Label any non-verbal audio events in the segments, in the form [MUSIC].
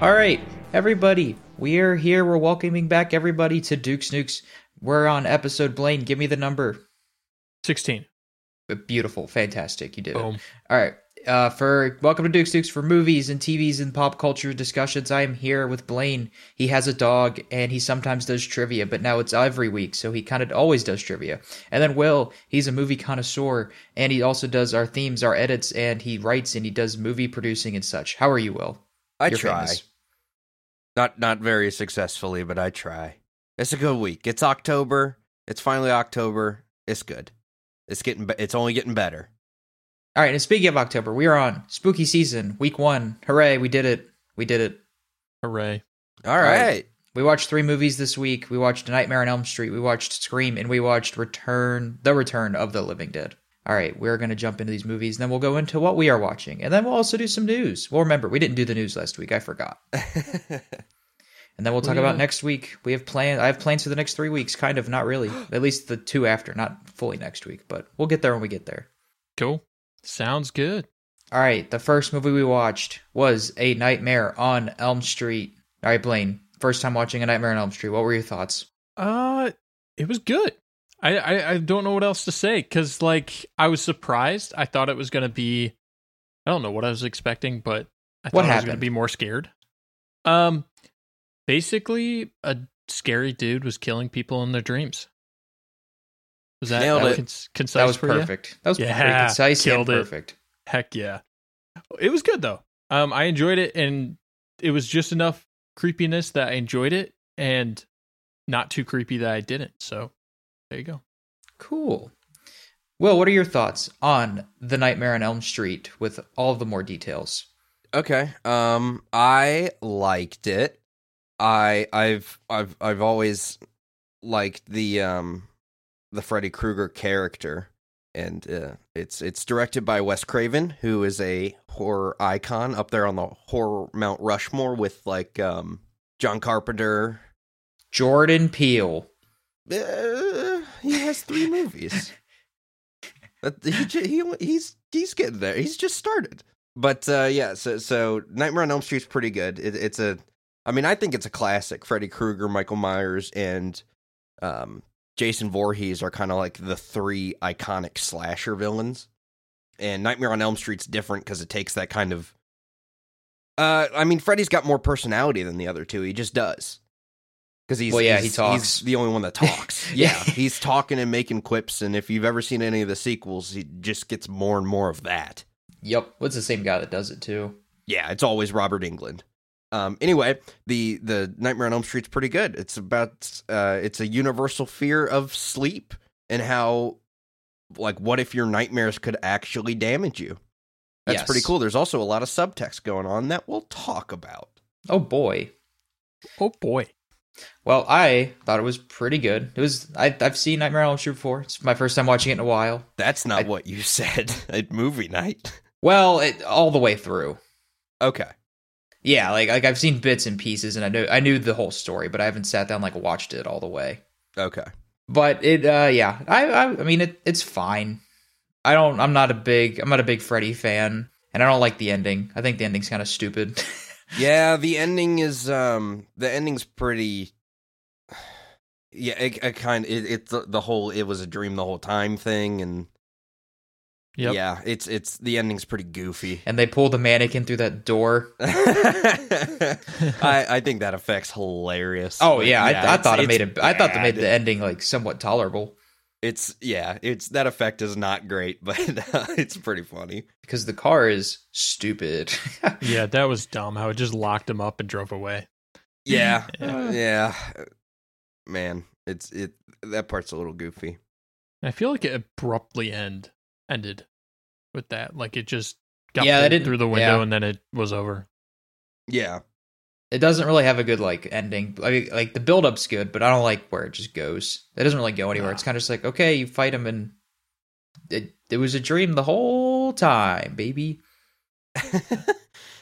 All right, everybody, we are here. We're welcoming back everybody to Duke's Nukes. We're on episode Blaine. Give me the number. 16. Beautiful, fantastic. You did it. Boom. All right. Uh, for welcome to Duke's Dukes for movies and TVs and pop culture discussions. I am here with Blaine. He has a dog and he sometimes does trivia, but now it's every week, so he kind of always does trivia. And then Will, he's a movie connoisseur and he also does our themes, our edits, and he writes and he does movie producing and such. How are you, Will? I You're try. famous. Not not very successfully, but I try. It's a good week. It's October. It's finally October. It's good. It's getting be- it's only getting better. All right, and speaking of October, we are on spooky season, week one. Hooray, we did it. We did it. Hooray. All right. right. We watched three movies this week. We watched Nightmare on Elm Street, we watched Scream, and we watched Return the Return of the Living Dead. All right, we're going to jump into these movies, and then we'll go into what we are watching, and then we'll also do some news. Well, remember, we didn't do the news last week. I forgot. And then we'll talk about next week. We have plans. I have plans for the next three weeks, kind of, not really. At least the two after, not fully next week, but we'll get there when we get there. Cool. Sounds good. All right, the first movie we watched was A Nightmare on Elm Street. All right, Blaine, first time watching A Nightmare on Elm Street. What were your thoughts? Uh, it was good. I, I, I don't know what else to say because, like, I was surprised. I thought it was going to be, I don't know what I was expecting, but I thought What I was going happened? to be more scared. Um, basically, a scary dude was killing people in their dreams. Was that, Nailed that it. cons- concise? That was for you? perfect. That was pretty Yeah, concise killed and it. perfect. Heck yeah. It was good though. Um I enjoyed it and it was just enough creepiness that I enjoyed it and not too creepy that I didn't. So there you go. Cool. Will, what are your thoughts on The Nightmare on Elm Street with all the more details? Okay. Um I liked it. I I've I've I've always liked the um the Freddy Krueger character and uh, it's it's directed by Wes Craven who is a horror icon up there on the horror Mount Rushmore with like um John Carpenter. Jordan Peele. Uh, he has 3 movies. [LAUGHS] But he, j- he he's he's getting there. He's just started. But uh, yeah, so so Nightmare on Elm Street's pretty good. It, it's a, I mean, I think it's a classic. Freddy Krueger, Michael Myers, and um, Jason Voorhees are kind of like the three iconic slasher villains. And Nightmare on Elm Street's different because it takes that kind of. Uh, I mean, Freddy's got more personality than the other two. He just does. Because he's Well, yeah, he's- he talks. He's the only one that talks. [LAUGHS] yeah, he's talking and making quips. And if you've ever seen any of the sequels, he just gets more and more of that. Yep, it's the same guy that does it too. Yeah, it's always Robert England. Um, anyway, the the Nightmare on Elm Street's pretty good. It's about uh, it's a universal fear of sleep and how like what if your nightmares could actually damage you. That's Yes. pretty cool. There's also a lot of subtext going on that we'll talk about. Oh boy. Oh boy. Well, I thought it was pretty good. It was. I, I've seen Nightmare on Elm Street before. It's my first time watching it in a while. That's not I- what you [LAUGHS] said at movie night. Well, it, all the way through. Okay. Yeah, like like I've seen bits and pieces, and I know I knew the whole story, but I haven't sat down like watched it all the way. Okay. But it, uh, yeah, I I, I mean it, it's fine. I don't. I'm not a big. I'm not a big Freddy fan, and I don't like the ending. I think the ending's kind of stupid. [LAUGHS] Yeah, the ending is um the ending's pretty yeah, it, it kind of it, it's the, the whole it was a dream the whole time thing and Yep. Yeah, it's it's the ending's pretty goofy. [LAUGHS] and they pull the mannequin through that door. I [LAUGHS] I think that affects hilarious. Oh yeah, I, I it's- thought it it's made it. I thought it made the bad. ending like somewhat tolerable It's yeah, it's that effect is not great, [LAUGHS] but uh, it's pretty funny. because the car is stupid. [LAUGHS] Yeah, that was dumb how it just locked him up and drove away. [LAUGHS] Yeah, Yeah. yeah, man, it's it that part's a little goofy. I feel like it abruptly end ended with that. Like it just got Yeah, they pulled didn't- through the window yeah. and then it was over. Yeah, it doesn't really have a good like ending. I mean, like the build up's good, but I don't like where it just goes. It doesn't really go anywhere. Nah. It's kind of just like okay, you fight him, and it it was a dream the whole time, baby. [LAUGHS]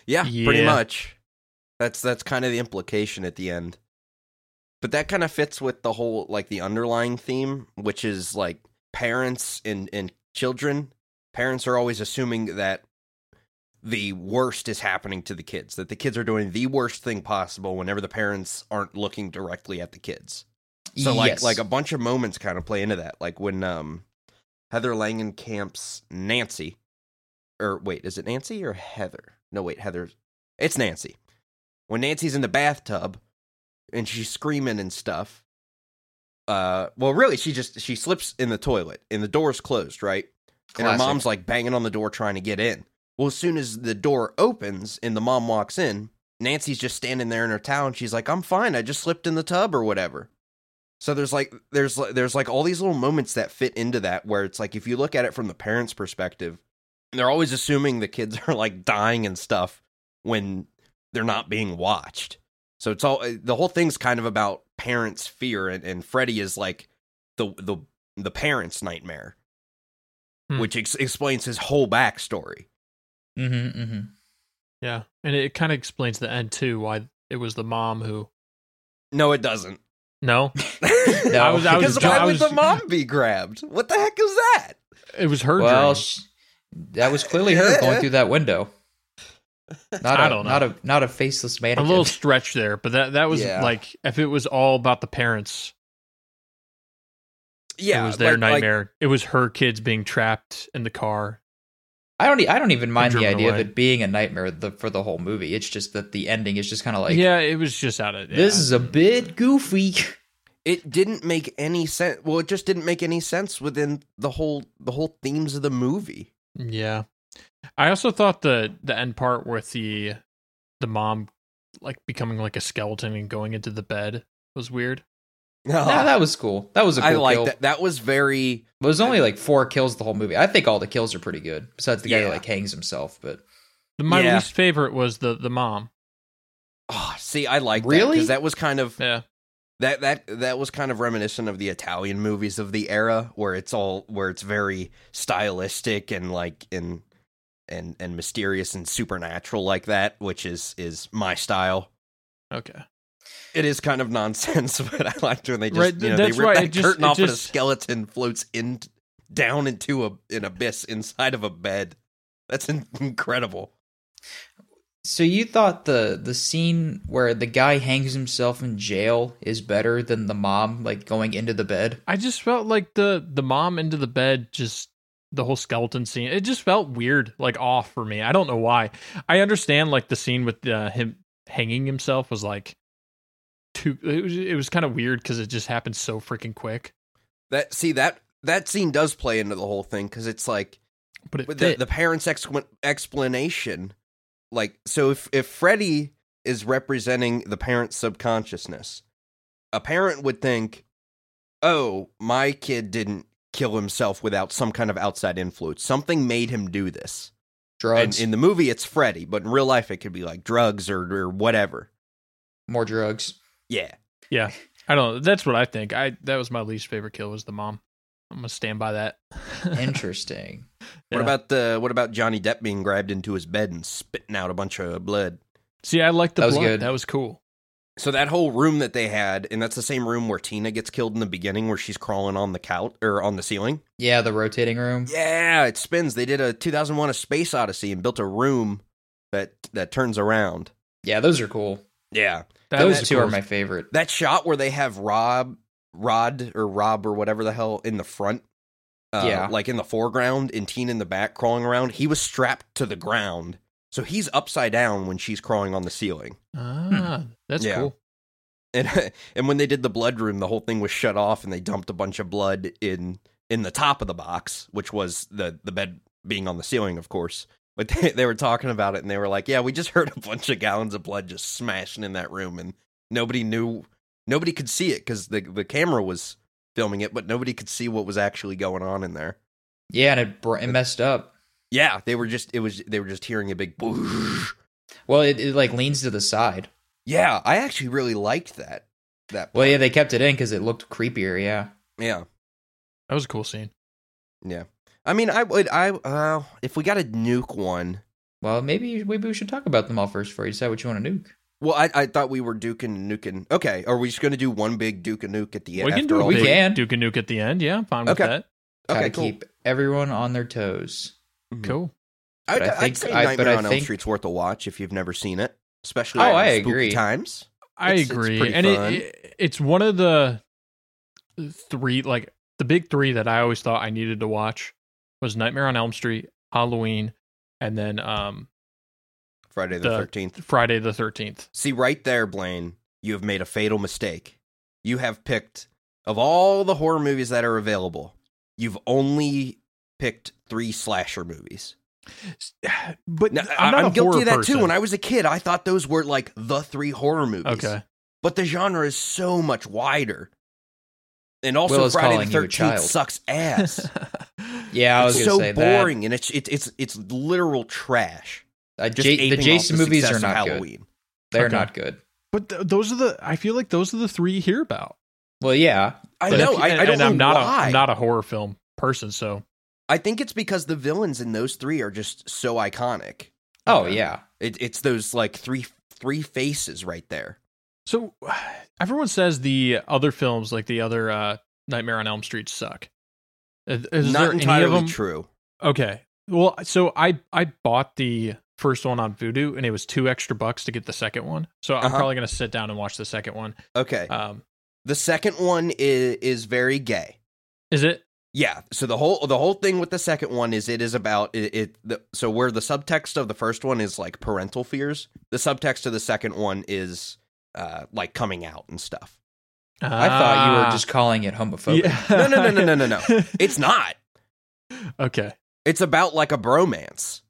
yeah, pretty Yeah. much. That's that's kind of the implication at the end. But that kind of fits with the whole like the underlying theme, which is like parents and and children. Parents are always assuming that the worst is happening to the kids, that the kids are doing the worst thing possible whenever the parents aren't looking directly at the kids. So like Yes. like a bunch of moments kind of play into that. Like when um Heather Langenkamp's Nancy or wait, is it Nancy or Heather? No, wait, Heather. It's Nancy. When Nancy's in the bathtub and she's screaming and stuff. Uh well really she just she slips in the toilet and the door's closed, right? And her Classic. mom's like banging on the door trying to get in. Well, as soon as the door opens and the mom walks in, Nancy's just standing there in her towel and she's like, "I'm fine. I just slipped in the tub or whatever." So there's like there's like- there's like all these little moments that fit into that where it's like if you look at it from the parents' perspective, they're always assuming the kids [LAUGHS] are like dying and stuff when they're not being watched. So it's all eh, the whole thing's kind of about parents' fear, and, and Freddy is like the the the parents' nightmare, Hmm. which ex- explains his whole backstory. Mm-hmm, mm-hmm. Yeah, and it kind of explains the end too. Why it was the mom who? No, it doesn't. No, [LAUGHS] No. I was. I was. Because jo- why I would was- the mom be grabbed? What the heck is that? It was her well, dream. sh that was clearly her going through that window. Not a I don't know. not a not a faceless A mannequin. [LAUGHS] little stretch there, but that that was Yeah. like if it was all about the parents, Yeah, it was their like- like- nightmare. it was her kids being trapped in the car. I don't e- I don't even mind the driven idea away. of it being a nightmare the, for the whole movie. It's just that the ending is just kind of like yeah, it was just out of this yeah. is a bit goofy. [LAUGHS] it didn't make any sense well it just didn't make any sense within the whole the whole themes of the movie Yeah. I also thought the the end part with the the mom like becoming like a skeleton and going into the bed was weird. no, Nah, [LAUGHS] that was cool. That was a cool i like kill. that that was very It was only like four kills the whole movie. I think all the kills are pretty good, besides the guy Yeah. who like hangs himself. But The, my Yeah. least favorite was the the mom. oh see i like Really? because that was kind of Yeah. that that that was kind of reminiscent of the italian movies of the era where it's all where it's very stylistic and like and and and mysterious and supernatural like that which is is my style Okay. it is kind of nonsense, [LAUGHS] but I liked when they just Right, you know, that's they rip right, that it just- curtain it off and a just- skeleton floats in down into a an abyss inside of a bed. That's in- incredible. so you thought the the scene where the guy hangs himself in jail is better than the mom like going into the bed? I just felt like the the mom into the bed just the whole skeleton scene. It just felt weird, like off for me. I don't know why. I understand like the scene with uh, him hanging himself was like too it was it was kind of weird cuz it just happened so freaking quick. That see that that scene does play into the whole thing because it's like But it with the, fit. the parents' exqu- explanation. Like so, if if Freddy is representing the parent's subconsciousness, a parent would think, "Oh, my kid didn't kill himself without some kind of outside influence. Something made him do this." And Drugs, in the movie, it's Freddy, but in real life, it could be like drugs or, or whatever. more [LAUGHS] drugs. Yeah. I don't know. That's what I think. I that was my least favorite kill was the mom. I'm gonna stand by that. [LAUGHS] Interesting. What Yeah. about the what about Johnny Depp being grabbed into his bed and spitting out a bunch of blood? See, I liked the That was blood. good. That was cool. So that whole room that they had, and that's the same room where Tina gets killed in the beginning, where she's crawling on the couch or on the ceiling. yeah, the rotating room. Yeah, it spins. They did a 2001: A Space Odyssey and built a room that that turns around. Yeah, those are cool. Yeah, That Those was two cool. are my favorite. that shot where they have Rob, Rod, or Rob, or whatever the hell in the front, uh, Yeah. like in the foreground, and Teen in the back crawling around. He was strapped to the ground, so he's upside down when she's crawling on the ceiling. Ah, that's Hmm. Yeah. cool. And [LAUGHS] and when they did the blood room, the whole thing was shut off, and they dumped a bunch of blood in in the top of the box, which was the the bed being on the ceiling, of course. But [LAUGHS] they, they were talking about it, and they were like, "Yeah, we just [LAUGHS] heard a bunch of gallons of blood just smashing in that room, and nobody knew, nobody could see it because the the camera was filming it, but nobody could see what was actually going on in there." Yeah, and it, br- it messed up. Yeah, they were just it was they were just hearing a big [LAUGHS] boosh. Well, it, it like leans to the side. Yeah, I actually really liked that. That Well, yeah, they kept it in because it looked creepier. Yeah, yeah. That was a cool scene. I mean, I would. I uh, if we got a nuke one. Well, maybe maybe we should talk about them all first before you decide what you want to nuke. Well, I, I thought we were duking nuking. Okay, are we just going to do one big duke and nuke at the end? we can do a We big can. Duke and Nuke at the end. Yeah, I'm fine with Okay. that. Gotta Okay, cool. keep everyone on their toes. Mhm. Cool. I'd, But I I'd think- say I- but Nightmare I on Elm think- Street's worth a watch if you've never seen it, especially Oh, at I spooky agree. times. I It's- it's agree, pretty and it, fun. it- it's one of the three, like the big three that I always thought I needed to watch was Nightmare on Elm Street, Halloween, and then um, Friday the The- Thirteenth. Friday the Thirteenth. See right there, Blaine, you have made a fatal mistake. You have picked of all the horror movies that are available, you've only picked three slasher movies. [SIGHS] But Now, I'm, I'm, not a guilty of that horror person. [LAUGHS] too. When I was a kid, I thought those were like the three horror movies. okay, But the genre is so much wider. And also Willow's Friday calling the you a 13th child. sucks [LAUGHS] [LAUGHS] ass. Yeah, I was it's gonna so say that. boring and it's it, it's it's literal trash. Uh, Just J- the aping off Jason movies success are of not good. Halloween. They're Okay. not good. but th- those are the. I feel like those are the three you hear about. Well, yeah, I But- know. I, and, I don't and know I'm not why. A, I'm not a horror film person, so I think it's because the villains in those three are just so iconic. Uh, Oh Okay. yeah. It, it's those like three three faces right there. so [SIGHS] everyone says the other films, like the other uh, Nightmare on Elm Street, suck. Is is not there any entirely of them? true. Okay. Well, so I I bought the first one on Vudu, and it was two extra bucks to get the second one. So I'm Uh-huh. probably gonna sit down and watch the second one. Okay, Um, the second one is is very gay. is it? Yeah. So the whole the whole thing with the second one is it is about it. it the, so where the subtext of the first one is like parental fears, the subtext of the second one is uh like coming out and stuff. I thought Ah. you were just calling it homophobic. [LAUGHS] No, no, no, no, no, no, no. It's not. okay. It's about like a bromance.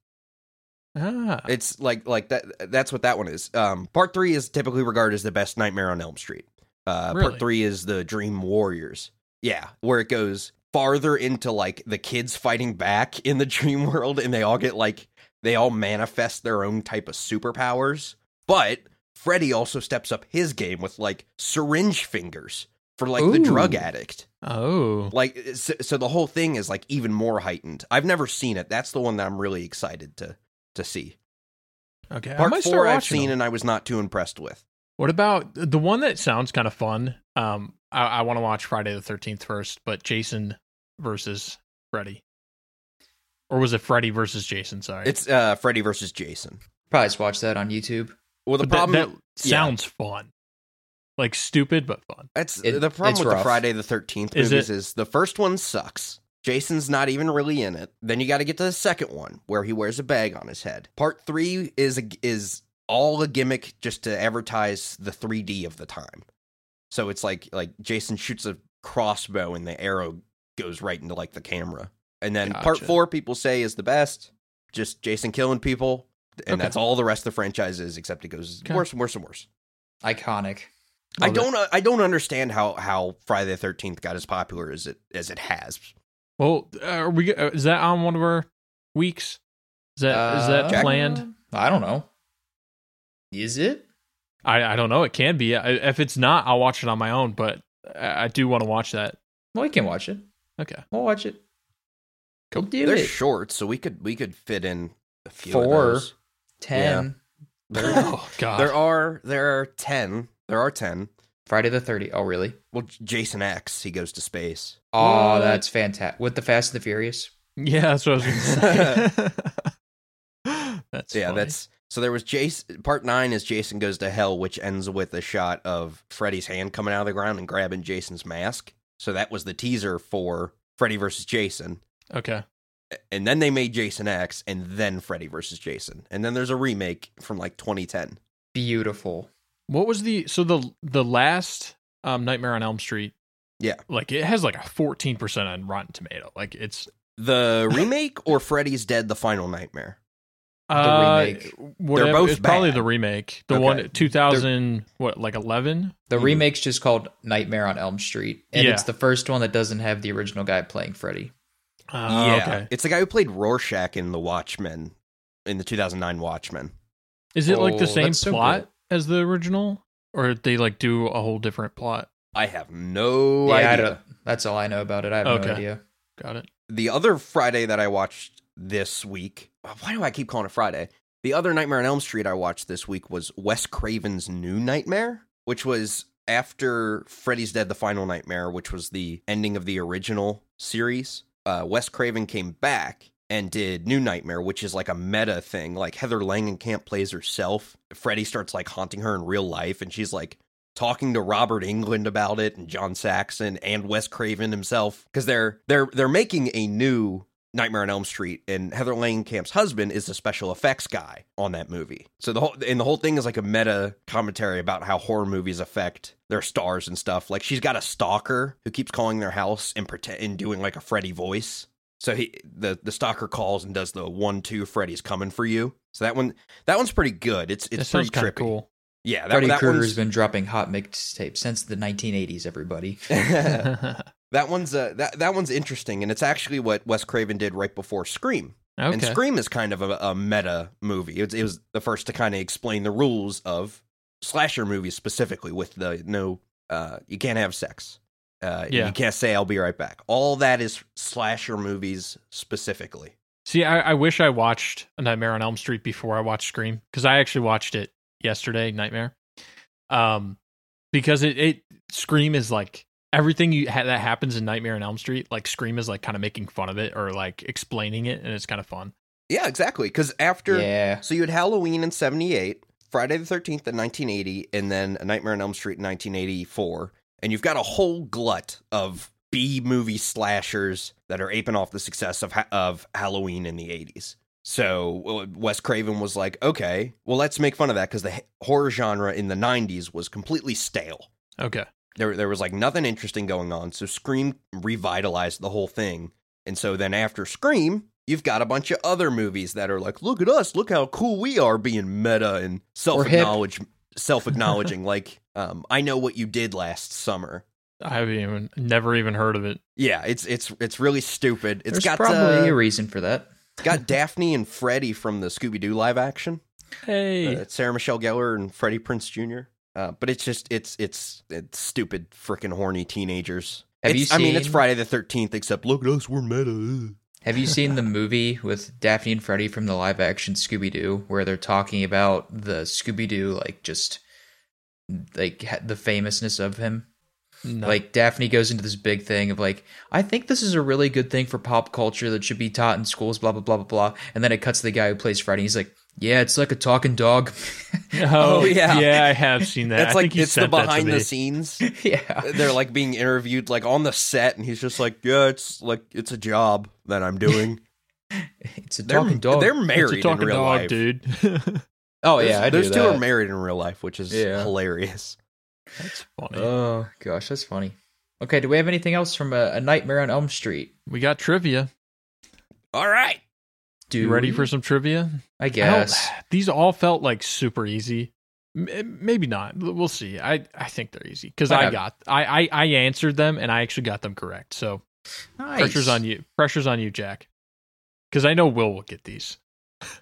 Ah, It's like like that. That's what that one is. Um, part three is typically regarded as the best Nightmare on Elm Street. Uh, Really? Part three is the Dream Warriors. Yeah, where it goes farther into like the kids fighting back [LAUGHS] in the dream world, and they all get like they all manifest their own type of superpowers. But Freddy also steps up his game with like syringe fingers for like the Ooh. drug addict. oh, Like so, so, the whole thing is like even more heightened. I've never seen it. That's the one that I'm really excited to to see. okay. I Part might four start I've watching. seen them. and I was not too impressed with. What about the one that sounds kind of fun? Um, I, I want to watch Friday the Thirteenth first, but Jason versus Freddy, or was it Freddy versus Jason? Sorry, It's uh, Freddy versus Jason. Probably just watch that on YouTube. Well, the But that- problem that, yeah. sounds fun, like stupid but fun. that's it- the problem it's with the rough. Friday the Thirteenth Is movies is, the first one sucks. Jason's not even really in it. Then you got to get to the second one where he wears a bag on his head. Part three is a, is all a gimmick just to advertise the 3D of the time. So it's like like Jason shoots a crossbow and the arrow goes right into like the camera. And then part Gotcha. four, people say is the best. Just Jason killing people, and Okay. that's all the rest of the franchise is. Except it goes Okay. worse and worse and worse. Iconic. Love I it. don't. uh, I don't understand how how Friday the Thirteenth got as popular as it as it has. Well, uh, are we? uh, Is that on one of our weeks? Is that is Uh, that planned? I don't know. Is it? I I don't know. It can be. I, if it's not, I'll watch it on my own. But I, I do want to watch that. Well, we can watch it. Okay. We'll watch it. We'll do They're it. short, so we could we could fit in a few. of Four. those. Ten. There, [LAUGHS] Oh God. there are there are ten. There are ten. Friday the 30th. Oh, really? Well, J- Jason X. He goes to space. Oh, What? that's fantastic. With the Fast and the Furious. yeah, that's what I was gonna [LAUGHS] say. that's So yeah, funny. that's so. There was Jason. Part nine is Jason goes to hell, which ends with a shot of Freddy's hand coming out of the ground and grabbing Jason's mask. So that was the teaser for Freddy versus Jason. okay. and then they made Jason X, and then Freddy versus Jason, and then there's a remake from like 2010. Beautiful. What was the so the the last um Nightmare on Elm Street? Yeah. like it has like a fourteen percent on Rotten Tomato. Like it's [LAUGHS] The remake or Freddy's Dead: The Final Nightmare. uh, remake. Whatever. both it's probably bad. the remake. The Okay. one two thousand what like eleven. The Mhm. remake's just called Nightmare on Elm Street, and Mm-hmm. Yeah. it's the first one that doesn't have the original guy playing Freddy. Oh, Uh, Okay. it's the guy who played Rorschach in the Watchmen, in the 2009 Watchmen. Is it like Oh, the same that's so plot cool. as the original, or did they like do a whole different plot? I have no yeah, I idea. don't, that's all I know about it. I have Okay. no idea. Got it. the other Friday that I watched this week. uh, Why do I keep calling it Friday? The other Nightmare on Elm Street I watched this week was Wes Craven's New Nightmare, which was after Freddy's Dead: The Final Nightmare, which was the ending of the original series. Uh, Wes Craven came back and did New Nightmare, which is like a meta thing. Like Heather Langenkamp plays herself. Freddy starts like haunting her in real life, and she's like talking to Robert England about it, and John Saxon and Wes Craven himself, because they're they're they're making a new Nightmare on Elm Street, and Heather Langenkamp's husband is the special effects guy on that movie. So the whole and the whole thing is like a meta commentary about how horror movies affect their stars and stuff. Like she's got a stalker who keeps calling their house and pretend and doing like a Freddy voice. So he the the stalker calls and does the one two Freddy's coming for you. So that one that one's pretty good. It's That it's pretty sounds kind trippy. of cool. Yeah, that, Freddy that Krueger's one's been dropping hot mixtapes since the 1980s. Everybody, [LAUGHS] that [LAUGHS] okay. one's uh, that that one's interesting, and it's actually what Wes Craven did right before Scream. And Scream is kind of a, a meta movie. It was, it was the first to kind of explain the rules of slasher movies specifically with the no, uh, you can't have sex. Uh, Yeah. You can't say I'll be right back. All that is slasher movies specifically. See, I, I wish I watched A Nightmare on Elm Street before I watched Scream because I actually watched it yesterday, Nightmare. Um, because it, it Scream is like everything you ha- that happens in Nightmare on Elm Street, like Scream is like kind of making fun of it or like explaining it, and it's kind of fun. Yeah, exactly. Because after yeah, So you had Halloween in 78, Friday the 13th in 1980, and then A Nightmare on Elm Street in 1984. And you've got a whole glut of B movie slashers that are aping off the success of, ha- of Halloween in the 80s. So well, Wes Craven was like, okay, well, let's make fun of that because the h- horror genre in the 90s was completely stale. Okay, There, there was like nothing interesting going on. So Scream revitalized the whole thing. And so then after Scream, you've got a bunch of other movies that are like, look at us, look how cool we are being meta and self acknowledge [LAUGHS] self acknowledging. like, um, I know what you did last summer. I haven't even never even heard of it. Yeah, it's it's it's really stupid. It's there's got probably a uh, reason for that. it's got Daphne and Freddie from the Scooby Doo live action. Hey, Uh, Sarah Michelle Gellar and Freddie Prince Jr. Uh, but it's just it's it's it's stupid, freaking horny teenagers. Have It's- you I mean, it's seen- Friday the Thirteenth, except look at us, we're meta. ugh. Have you seen the movie with Daphne and Freddy from the live action Scooby Doo, where they're talking about the Scooby Doo, like just like ha- the famousness of him? no. Like Daphne goes into this big thing of like, I think this is a really good thing for pop culture that should be taught in schools, blah blah blah blah blah. And then it cuts to the guy who plays Freddy. He's like, Yeah, it's like a talking dog. [LAUGHS] [LAUGHS] oh, oh, yeah. yeah, I have seen that. [LAUGHS] That's I like think you it's the sent that to behind me. the scenes. yeah, They're like being interviewed like on the set, and he's just like, "Yeah, it's like it's a job that I'm doing." it's a they're talking dog. they're It's married a talking in real dog, life. dude. [LAUGHS] oh There's, yeah, I those do two that. are married in real life, which is Yeah. hilarious. That's funny. Uh, Oh gosh, that's funny. Okay, do we have anything else from a, a Nightmare on Elm Street? we got trivia. All right, Do You ready we? for some trivia? I I don't- guess. these all felt like super easy. M- eh, Maybe not. We'll see. I, I think they're ezy because I Whatever. got I, I I answered them and I actually got them correct. So Nice. pressure's on you. Pressure's on you, Jack. Because I know Will will get these.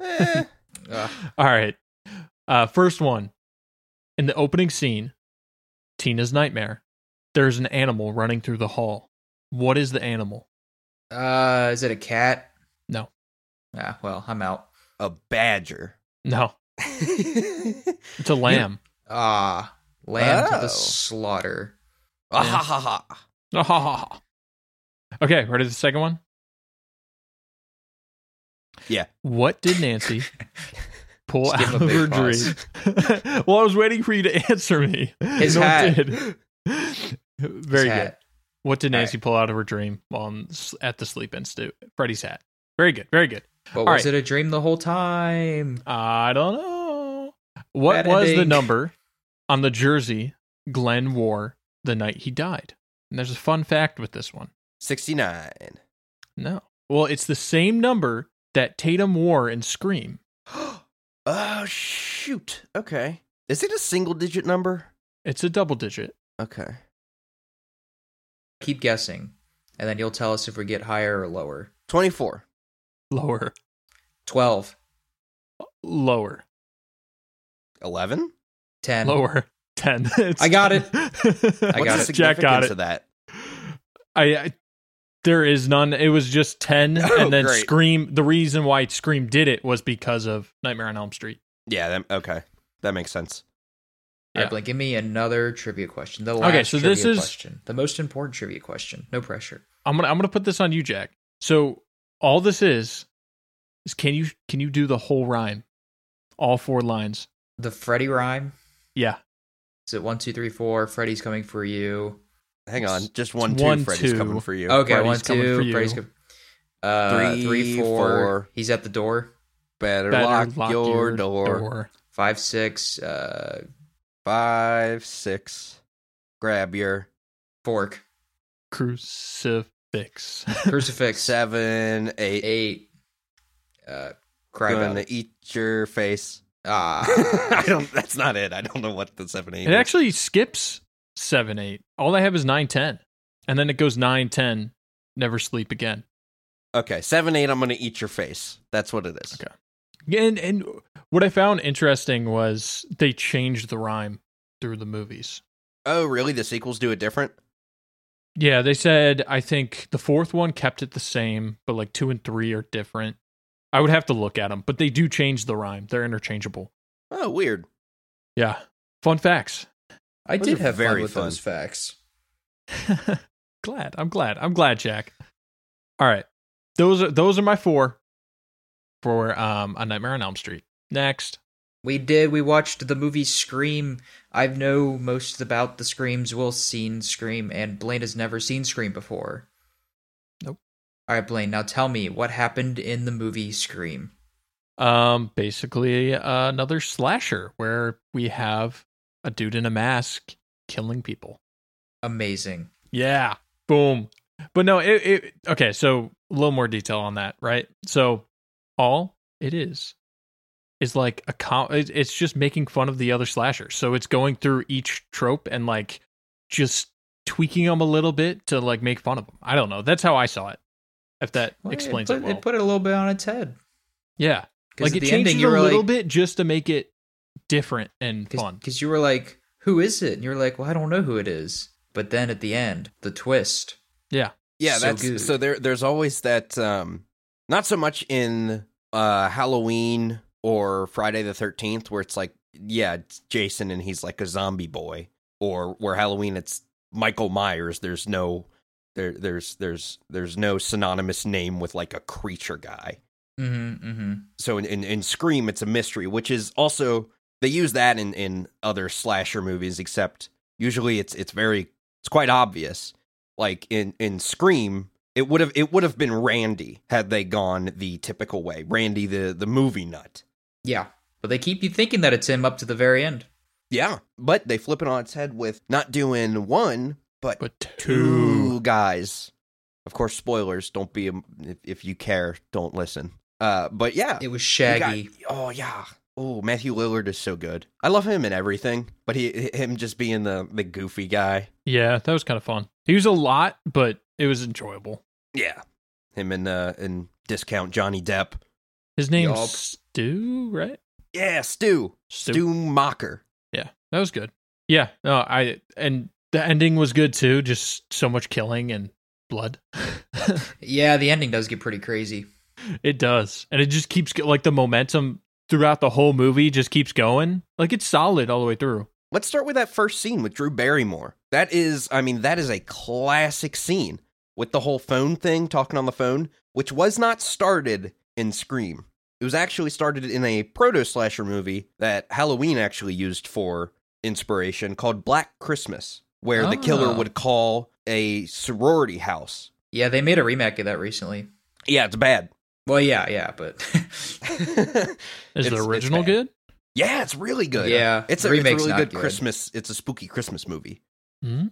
Eh, Ugh. All right. Uh, first one. In the opening scene, Tina's nightmare. There's an animal running through the hall. What is the animal? Uh, is it a cat? No. Ah, well, I'm out. a badger. No, it's a lamb. [LAUGHS] Ah, lamb to Oh. the slaughter. Ah, ha ha ha. Ah, ha, ha, ha. Okay, ready for the second one? Yeah. What [LAUGHS] did Nancy pull Just give out him of a her big dream? [LAUGHS] well, I was waiting for you to answer me. His No one hat. did. His Very good. hat. What did All Nancy pull out of her dream on at the sleep institute? Freddy's hat. Very good. Very good. But All was it a dream the whole time? I don't know. What Bad was the ending. number on the jersey Glenn wore the night he died? And there's a fun fact with this one. Sixty nine. No. Well, it's the same number that Tatum wore in Scream. [GASPS] oh shoot. Okay. Is it a single digit number? It's a double digit. Okay. Keep guessing, and then you'll tell us if we get higher or lower. Twenty four. Lower. Twelve, Lower. Eleven? ten. Lower. 10. [LAUGHS] It's I got it. 10. I got What's the it. Jack got significance it. of that? I, I there is none. It was [LAUGHS] just 10 Oh, and then great. Scream the reason why Scream did it was because of Nightmare on Elm Street. Yeah, that, okay. That makes sense. All Yeah. right, Blake, give me another trivia question. The last so trivia this is- question. The most important trivia question. No pressure. I'm going to I'm going to put this on you, Jack. So all this is is can you can you do the whole rhyme, all four lines? The Freddy rhyme. Yeah, Is it one, two, three, four? Freddy's coming for you. Hang on, just one, two. one, Freddy's coming two. for you. Okay, Freddy's one, coming for two. you. Freddy's coming. Uh, three, Three, four. four. He's at the door. better, Better lock, your, door. Five, six. Uh, Five, six. Grab your fork. Crucifix. [LAUGHS] Crucifix. seven, eight. Eight. Uh, cry Gonna about it. eat your face. I [LAUGHS] Ah. don't. That's not it. I don't know what the seven, eight. it is. actually skips seven eight. All I have is nine ten, and then it goes nine ten. Never sleep again. Okay, seven, eight. I'm gonna eat your face. That's what it is. Okay. And and what I found interesting was they changed the rhyme through the movies. Oh, really? The sequels do it different. Yeah, they said I think the fourth one kept it the same, but like two and three are different. I would have to look at them, but they do change the rhyme. They're interchangeable. Oh, weird. Yeah. Fun facts. I Those did are have fun very with fun. those facts. glad. I'm glad. I'm glad, Jack. All right. Those are those are my four for um a Nightmare on Elm Street. Next. We did. We watched the movie Scream. I know most about the Screams. Will seen Scream, and Blaine has never seen Scream before. Nope. All right, Blaine. Now tell me what happened in the movie Scream. Um, basically uh, another slasher where we have a dude in a mask killing people. Amazing. Yeah. Boom. But no, it, it okay, so a little more detail on that, right? So all it is is like a com- it- it's just making fun of the other slashers. So it's going through each trope and like just tweaking them a little bit to like make fun of them. I don't know. That's how I saw it. If that Well, explains it. it, Put, well. it put it a little bit on its head. yeah. 'Cause Like at it the changes ending, a you were little like- bit just to make it different and fun. Because you were like, "Who is it?" And you're like, "Well, I don't know who it is." But then at the end, the twist. Yeah. Yeah, So that's good. so there there's always that um not so much in uh Halloween or Friday the 13th where it's like yeah, it's Jason and he's like a zombie boy or where Halloween it's Michael Myers, there's no there there's there's there's no synonymous name with like a creature guy Mm-hmm. Mm-hmm. so in, in, in scream it's a mystery which is also they use that in, in other slasher movies except usually it's it's very it's quite obvious like in, in scream it would have it would have been randy had they gone the typical way randy the the movie nut Yeah. But they keep you thinking that it's him up to the very end. yeah but they flip it on its head with not doing one but But two. two guys of course spoilers don't be a, if, if you care don't listen uh but yeah It was You Shaggy. got- oh yeah. Oh, Matthew Lillard is so good. I love him in everything, but he him just being the the goofy guy. Yeah, that was kind of fun. He was a lot, but it was enjoyable. Yeah. Him and uh and discount Johnny Depp. His name's Yup. Stu, right? Yeah, Stu. Stu. Stu Mocker. Yeah, that was good. Yeah, no, I and the ending was good too. Just so much killing and blood. [LAUGHS] Yeah, the ending does get pretty crazy. it does, and it just keeps go- like the momentum throughout the whole movie just keeps going. Like it's solid all the way through. Let's start with that first scene with Drew Barrymore. That is, I mean, that is a classic scene with the whole phone thing, talking on the phone, which was not started in Scream. It was actually started in a proto slasher movie that Halloween actually used for inspiration called Black Christmas, where the killer Ah. would call a sorority house. Yeah, they made a remake of that recently. Yeah, it's bad. [LAUGHS] Well, yeah, yeah, but [LAUGHS] Is It's- the it's original bad. good? yeah, it's really good. Yeah, it's a, it's a remake's really not good good. Christmas. It's a spooky Christmas movie. hmm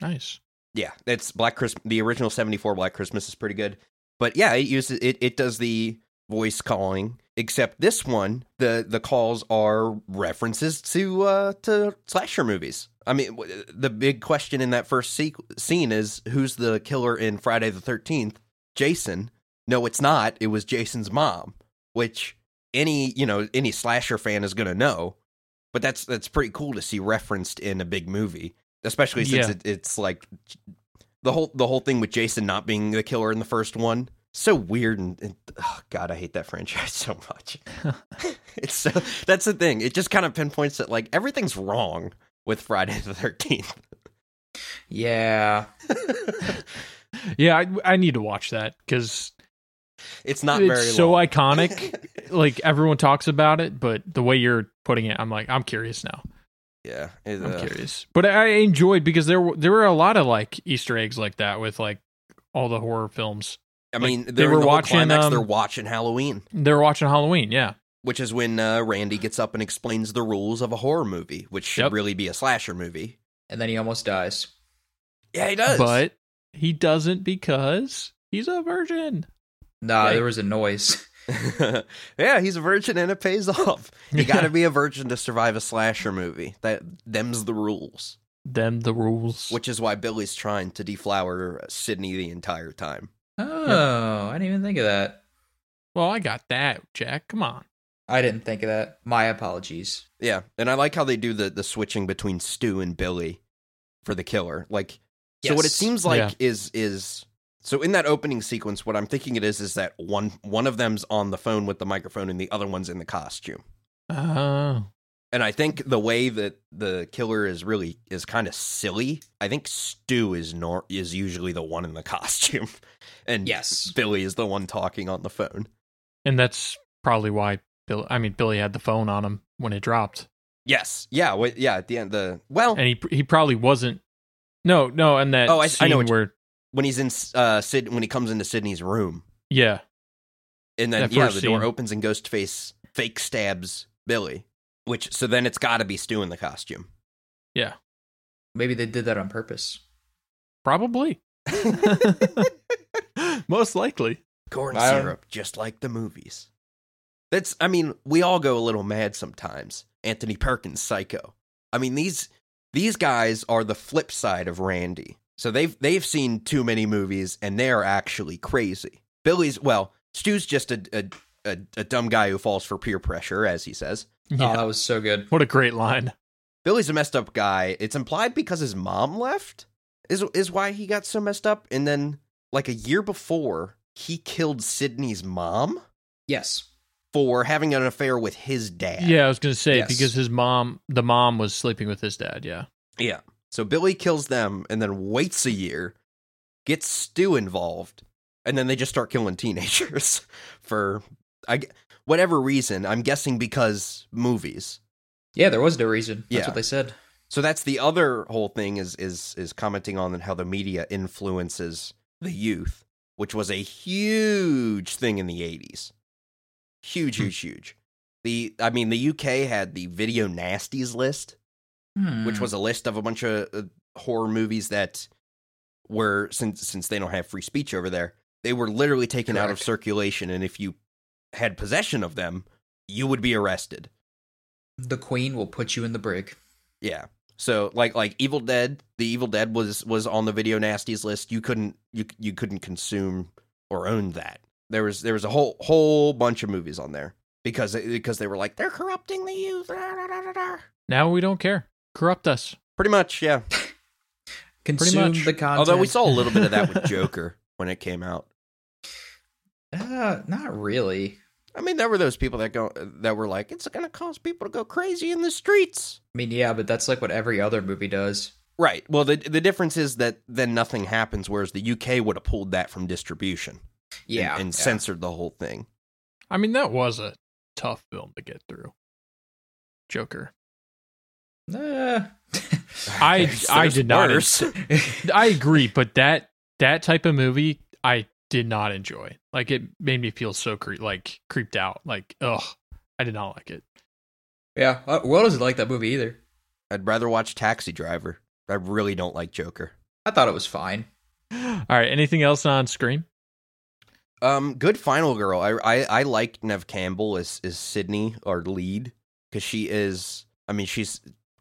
Nice. Yeah, it's Black Christmas. The original '74 Black Christmas is pretty good, but yeah, it uses it. It does the voice calling, except this one, the the calls are references to uh to slasher movies. I mean, w- the big question in that first sequ scene is who's the killer in Friday the Thirteenth? Jason? No, it's not. It was Jason's mom, which any you know any slasher fan is gonna know. But that's that's pretty cool to see referenced in a big movie, especially since Yeah. it, it's like the whole the whole thing with Jason not being the killer in the first one. So weird and, and oh god, I hate that franchise [LAUGHS] so much. it's so that's the thing. It just kind of pinpoints that like everything's wrong with Friday the Thirteenth. [LAUGHS] Yeah, Yeah, I, I need to watch that because It's not very it's so long. [LAUGHS] iconic. like everyone talks about it, but the way you're putting it, I'm like, I'm curious now. yeah, it, I'm uh, curious, but I enjoyed because there were there were a lot of like Easter eggs like that with like all the horror films. I Like, mean, they they're in were the whole watching, Climax, um, they're watching Halloween, They're watching Halloween, yeah, which is when uh, Randy gets up and explains the rules of a horror movie, which should Yep. really be a slasher movie. and then he almost dies. Yeah, he does. but he doesn't because he's a virgin. Nah, Right. there was a noise. [LAUGHS] [LAUGHS] yeah, he's a virgin and it pays off. [LAUGHS] You got to be a virgin to survive a slasher movie. That them's the rules, them the rules. which is why Billy's trying to deflower Sydney the entire time. Oh, I didn't even think of that. well, I got that, Jack. Come on. I didn't think of that. My apologies. Yeah, and I like how they do the the switching between Stu and Billy for the killer. Like, so what it Yes. seems like Yeah. is is so in that opening sequence, what I'm thinking it is is that one one of them's on the phone with the microphone and the other one's in the costume. Oh, And I think the way that the killer is really is kind of silly. I think Stu is nor is usually the one in the [LAUGHS] costume, and Yes. Billy is the one talking on the phone. and that's probably why Bill. I mean, Billy had the phone on him when it dropped, Yes, yeah, wait, yeah. At the end, the well, and he he probably wasn't. No, no, and that Oh, I- I know scene what you- where when he's in uh, Sid when he comes into Sydney's room, yeah, And then That yeah, the first door scene. opens and Ghostface fake stabs Billy. Which so then it's got to be Stu in the costume. Maybe they did that on purpose. probably, [LAUGHS] [LAUGHS] most likely. Corn I don't- syrup, just like the movies. That's I mean, we all go a little mad sometimes. Anthony Perkins, Psycho. I mean these these guys are the flip side of Randy. So they've they've seen too many movies and they are actually crazy. Billy's well, Stu's just a a, a, a dumb guy who falls for peer pressure, as he says. Oh, Yeah, that was so good. what a great line. Billy's a messed up guy. It's implied because his mom left is is why he got so messed up. And then like a year before, he killed Sydney's mom Yes. for having an affair with his dad. Yeah, I was gonna say Yes. because his mom, the mom was sleeping with his dad. Yeah, Yeah. So Billy kills them and then waits a year, gets Stu involved, and then they just start killing teenagers [LAUGHS] for I gu- whatever reason. I'm guessing because movies. Yeah, there was no reason. That's Yeah. what they said. So that's the other whole thing is is is commenting on how the media influences the youth, which was a huge thing in the 80s. Huge, huge, huge. The I mean the UK had the video nasties list, Hmm. which was a list of a bunch of uh, horror movies that were since since they don't have free speech over there, they were literally taken out of Correct. circulation and if you had possession of them, you would be arrested. the queen will put you in the brig. Yeah. So like like Evil Dead, the Evil Dead was was on the video nasties list. You couldn't you you couldn't consume or own that. There was there was a whole whole bunch of movies on there because because they were like they're corrupting the youth. rah, rah, rah, rah, rah." now we don't care. Corrupt us. Pretty much, yeah. Consume much. the content. Although we saw a little bit of that [LAUGHS] with Joker when it came out. uh, not really. I mean, there were those people that go that were like it's going to cause people to go crazy in the streets. I mean, yeah, but that's like what every other movie does. Right. Well, the the difference is that then nothing happens whereas the UK would have pulled that from distribution and- Yeah. and, yeah. censored the whole thing. I mean, that was a tough film to get through. Joker. Uh, [LAUGHS] [LAUGHS] I There's- I there's did not. en- [LAUGHS] worse. [LAUGHS] I agree, but that that type of movie I did not enjoy. Like it made me feel so cre- like creeped out. Like ugh, I did not like it. yeah. Uh, Will doesn't like that movie either. I'd rather watch Taxi Driver. I really don't like Joker. I thought it was fine. All right, anything else on Scream? Um, good final girl. I I, I like Nev Campbell as is Sydney our lead because she is. I mean, she's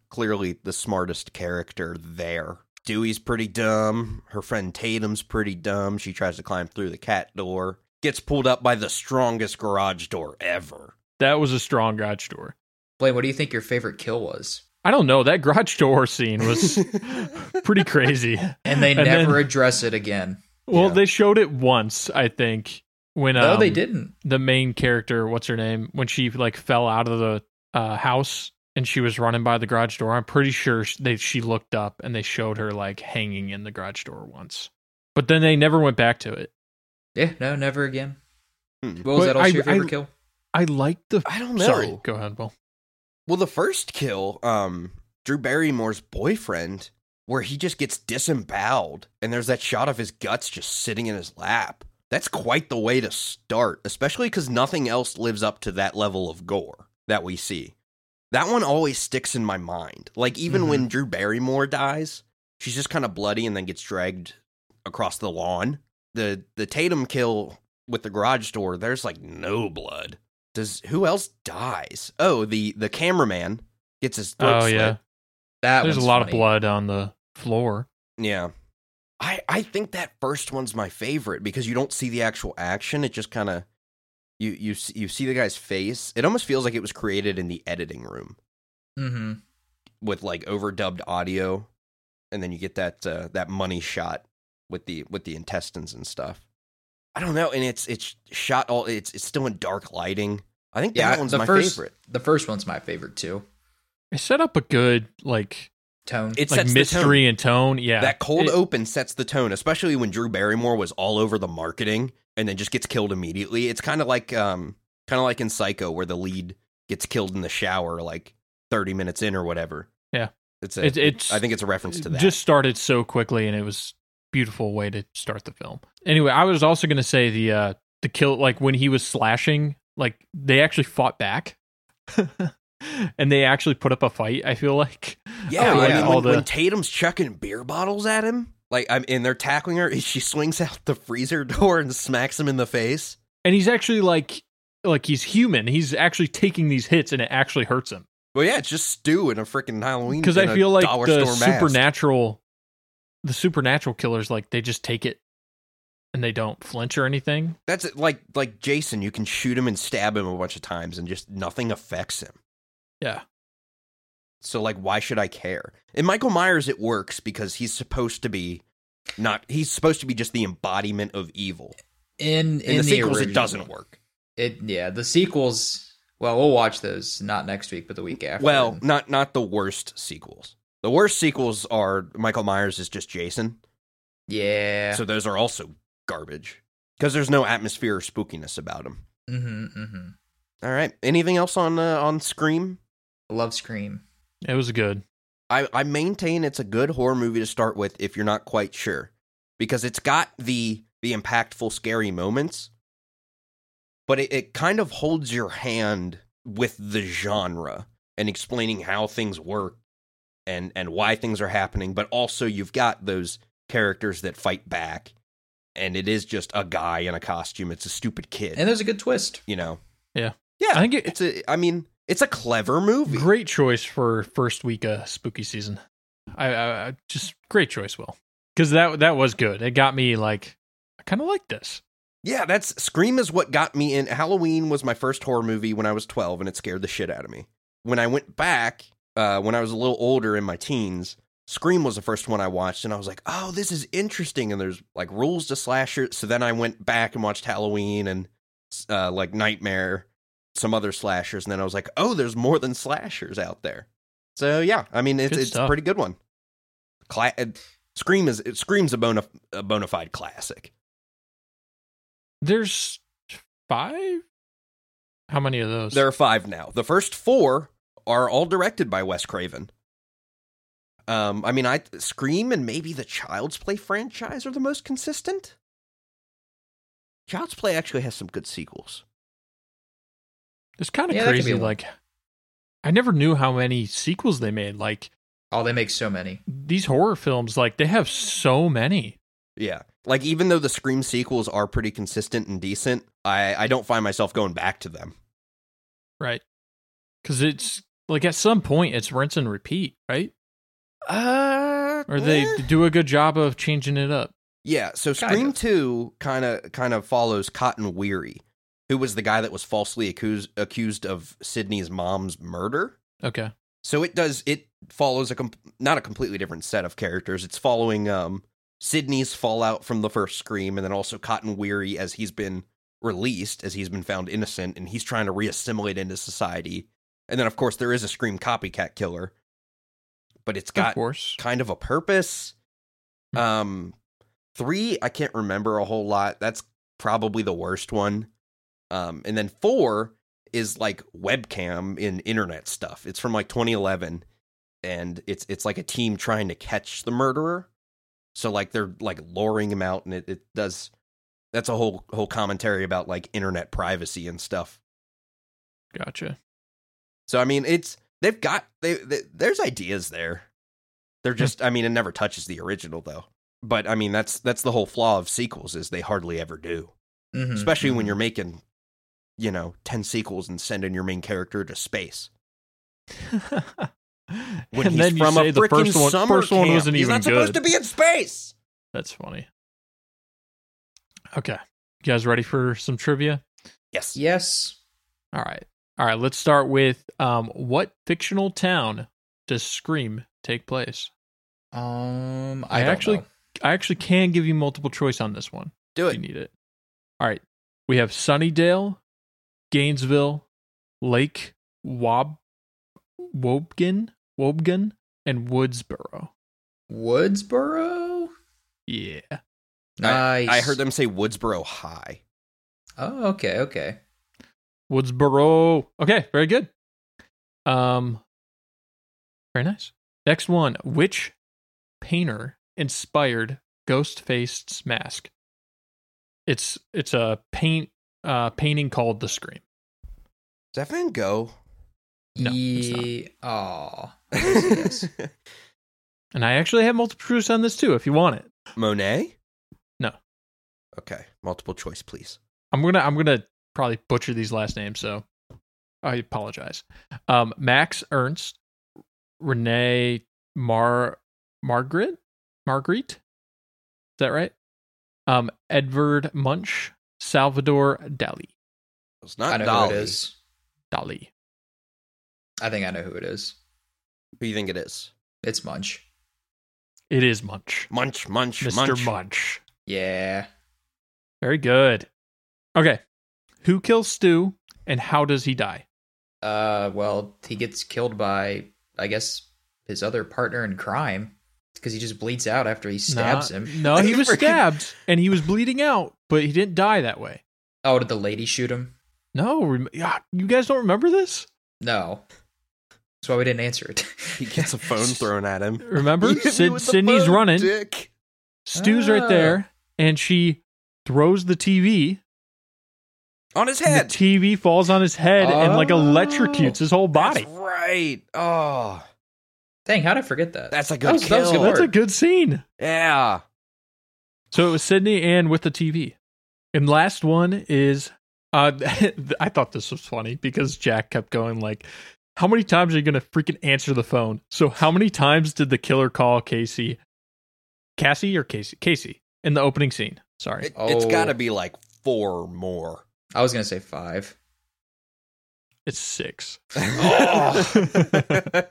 clearly the smartest character there. Dewey's pretty dumb. Her friend Tatum's pretty dumb. She tries to climb through the cat door. Gets pulled up by the strongest garage door ever. That was a strong garage door. Blaine, what do you think your favorite kill was? I don't know. That garage door scene [LAUGHS] was pretty crazy. And they And never then- address it again. Well, Yeah. they showed it once, I think, when No, um, Oh, they didn't. the main character, what's her name, when she like fell out of the uh, house and she was running by the garage door. I'm pretty sure sh- they she looked up and they showed her like hanging in the garage door once, but then they never went back to it. Yeah, no, never again. Hmm. What was But that also I- your favorite I- kill? I liked the. [LAUGHS] I don't know. Sorry, go ahead, Will. Well, the first kill, um, Drew Barrymore's boyfriend, where he just gets disemboweled, and there's that shot of his guts just sitting in his lap. That's quite the way to start, especially because nothing else lives up to that level of gore that we see. That one always sticks in my mind. Like even when Drew Barrymore dies, she's just kind of bloody and then gets dragged across the lawn. The the Tatum kill with the garage door, there's like no blood. Does who else dies? Oh, the the cameraman gets his throat Oh slit. yeah, That there's a one's lot of funny. blood on the floor. Yeah. I I think that first one's my favorite because you don't see the actual action. It just kind of you you s- you see the guy's face. It almost feels like it was created in the editing room Mm-hmm. with like overdubbed audio and then you get that uh, that money shot with the with the intestines and stuff. I don't know and it's it's shot all it's it's still in dark lighting. I think Yeah, that one's the my first favorite. the first one's my favorite too. It set up a good like Tone. It like sets mystery the tone. and tone. Yeah, That cold It- open sets the tone, especially when Drew Barrymore was all over the marketing and then just gets killed immediately. It's kind of like um kind of like in Psycho where the lead gets killed in the shower like 30 minutes in or whatever. Yeah. It's a, It- it's- I think it's a reference to that. Just started so quickly, and it was beautiful way to start the film. Anyway, I was also gonna say the uh the kill like when he was slashing, like they actually fought back, [LAUGHS] and they actually put up a fight. I feel like Yeah, Oh, I yeah. mean, All when, the- when Tatum's chucking beer bottles at him, like, I'm, and they're tackling her, [LAUGHS] she swings out the freezer door and smacks him in the face. and he's actually like like he's human. He's actually taking these hits, and it actually hurts him Well, yeah, it's just stew in a freaking Halloween. because in I a feel like dollar the store mask. supernatural, the supernatural killers like they just take it, and they don't flinch or anything. That's it, like like Jason. You can shoot him and stab him a bunch of times, and just nothing affects him. Yeah. So like, why should I care? In Michael Myers, it works because he's supposed to be not. He's supposed to be just the embodiment of evil. in in, In, the, sequels, it original. doesn't work. It yeah, the sequels. Well, we'll watch those not next week, but the week after. Well, not not the worst sequels. The worst sequels are Michael Myers is just Jason. yeah. So those are also garbage because there's no atmosphere or spookiness about them. mm-hmm, mm-hmm. All right. Anything else on uh, on Scream? Love Scream. It was good. I, I maintain it's a good horror movie to start with if you're not quite sure because it's got the the impactful scary moments but it, it kind of holds your hand with the genre and explaining how things work and and why things are happening but also you've got those characters that fight back and it is just a guy in a costume it's a stupid kid And there's a good twist. you know Yeah. yeah I think it, it's a i mean it's a clever movie Great choice for first week of spooky season. I, I, I just great choice, Will, because that that was good. It got me like I kind of like this. Yeah, that's Scream is what got me in. Halloween was my first horror movie when I was 12 and it scared the shit out of me. When I went back, uh, when I was a little older in my teens, Scream was the first one I watched and I was like, oh, this is interesting. And there's like rules to slasher. So then I went back and watched Halloween and uh, like Nightmare, some other slashers. And then I was like, oh, there's more than slashers out there. So yeah, I mean, it's, Good it's a stuff. pretty good one. Cla- uh, Scream is it Scream's a bona, a bona fide classic. There's five. How many of those? There are five now. The first four are all directed by Wes Craven. Um, I mean, I Scream and maybe the Child's Play franchise are the most consistent. Child's Play actually has some good sequels. it's kind of Yeah, that could be crazy. one. Like I never knew how many sequels they made. Like Oh, they make so many. these horror films, like they have so many. Yeah, like even though the Scream sequels are pretty consistent and decent, I I don't find myself going back to them. Right. Because it's like at some point it's rinse and repeat, right? Uh, Or they do a good job of changing it up. Yeah, so Kind Scream of. 2 kind of kind of follows Cotton Weary, who was the guy that was falsely accused accused of Sydney's mom's murder. Okay. So it does it follows a com- not a completely different set of characters. It's following um Sydney's fallout from the first Scream and then also Cotton Weary as he's been released as he's been found innocent and he's trying to reassimilate into society. And then of course there is a Scream copycat killer. But it's of got course. kind of a purpose. Hmm. Um, three, I can't remember a whole lot. That's probably the worst one. Um, and then four is like webcam in internet stuff. It's from like 2011, and it's it's like a team trying to catch the murderer. So like they're like luring him out, and it, it does. That's a whole whole commentary about like internet privacy and stuff. Gotcha. So I mean, it's they've got they, they there's ideas there. Hmm. They're just I mean, it never touches the original though. But I mean, that's that's the whole flaw of sequels is they hardly ever do. Mhm. Especially when you're Mm-hmm. making, you know, ten sequels and sending your main character to space. [LAUGHS] When and he's then from you say a the frickin' first one, summer first one camp. wasn't He's even not supposed good. to be in space. That's funny. Okay, you guys ready for some trivia? Yes. Yes. All right, all right. Let's start with um, what fictional town does Scream take place? Um, I, I don't actually- know. I actually can give you multiple choice on this one. Do if you it. need it. All right. We have Sunnydale, Gainesville, Lake Wob Wobgan, Wobgan, and Woodsboro. Woodsboro. Yeah. Nice. I heard them say Woodsboro High. Oh, okay, okay. Woodsboro. Okay, very good. Um very nice. Next one. Which painter inspired Ghostface's mask? It's it's a paint uh painting called The Scream. Is that Van Gogh? No, it's not. Ye- aw. yes. And I actually have multiple choice on this too if you want it. [LAUGHS] Monet? No. Okay. Multiple choice, please. I'm gonna I'm gonna probably butcher these last names, so I apologize. Um, Max Ernst, Renee Mar Margaret Marguerite, is that right? Um, Edvard Munch, Salvador Dali It's I not know Dolly. who it is. Dali. I think I know who it is. Who you think it is? It's Munch. It is Munch, Munch, munch, Mr. munch. Munch. Yeah. Very good. Okay, who kills Stu and how does he die? Uh, well, he gets killed by, I guess, his other partner in crime because he just bleeds out after he stabs Nah, him. [LAUGHS] No, he was Freaking- stabbed and he was bleeding out, but he didn't die that way. Oh, did the lady shoot him? No, rem- yeah, you guys don't remember this? No. That's why we didn't answer it. [LAUGHS] He gets [LAUGHS] [LAUGHS] a phone thrown at him. [LAUGHS] Remember, Hit me Sid, with the Sydney's phone, running. dick. Stu's right Ah. there, and she throws the TV. on his and head. Ah. the TV falls on his head and like Oh. electrocutes his whole body. That's right. Oh, Dang, how'd I forget that? that's a That good was- that was kill. good. That's a good scene. yeah. So it was Sydney and with the TV. And last one is, uh, [LAUGHS] I thought this was funny because Jack kept going like, "How many times are you gonna freaking answer the phone?" So how many times did the killer call Casey, Cassie or Casey, Casey in the opening scene? Sorry, It, It's Oh. got to be like four more. I was going to say five. it's six. Oh.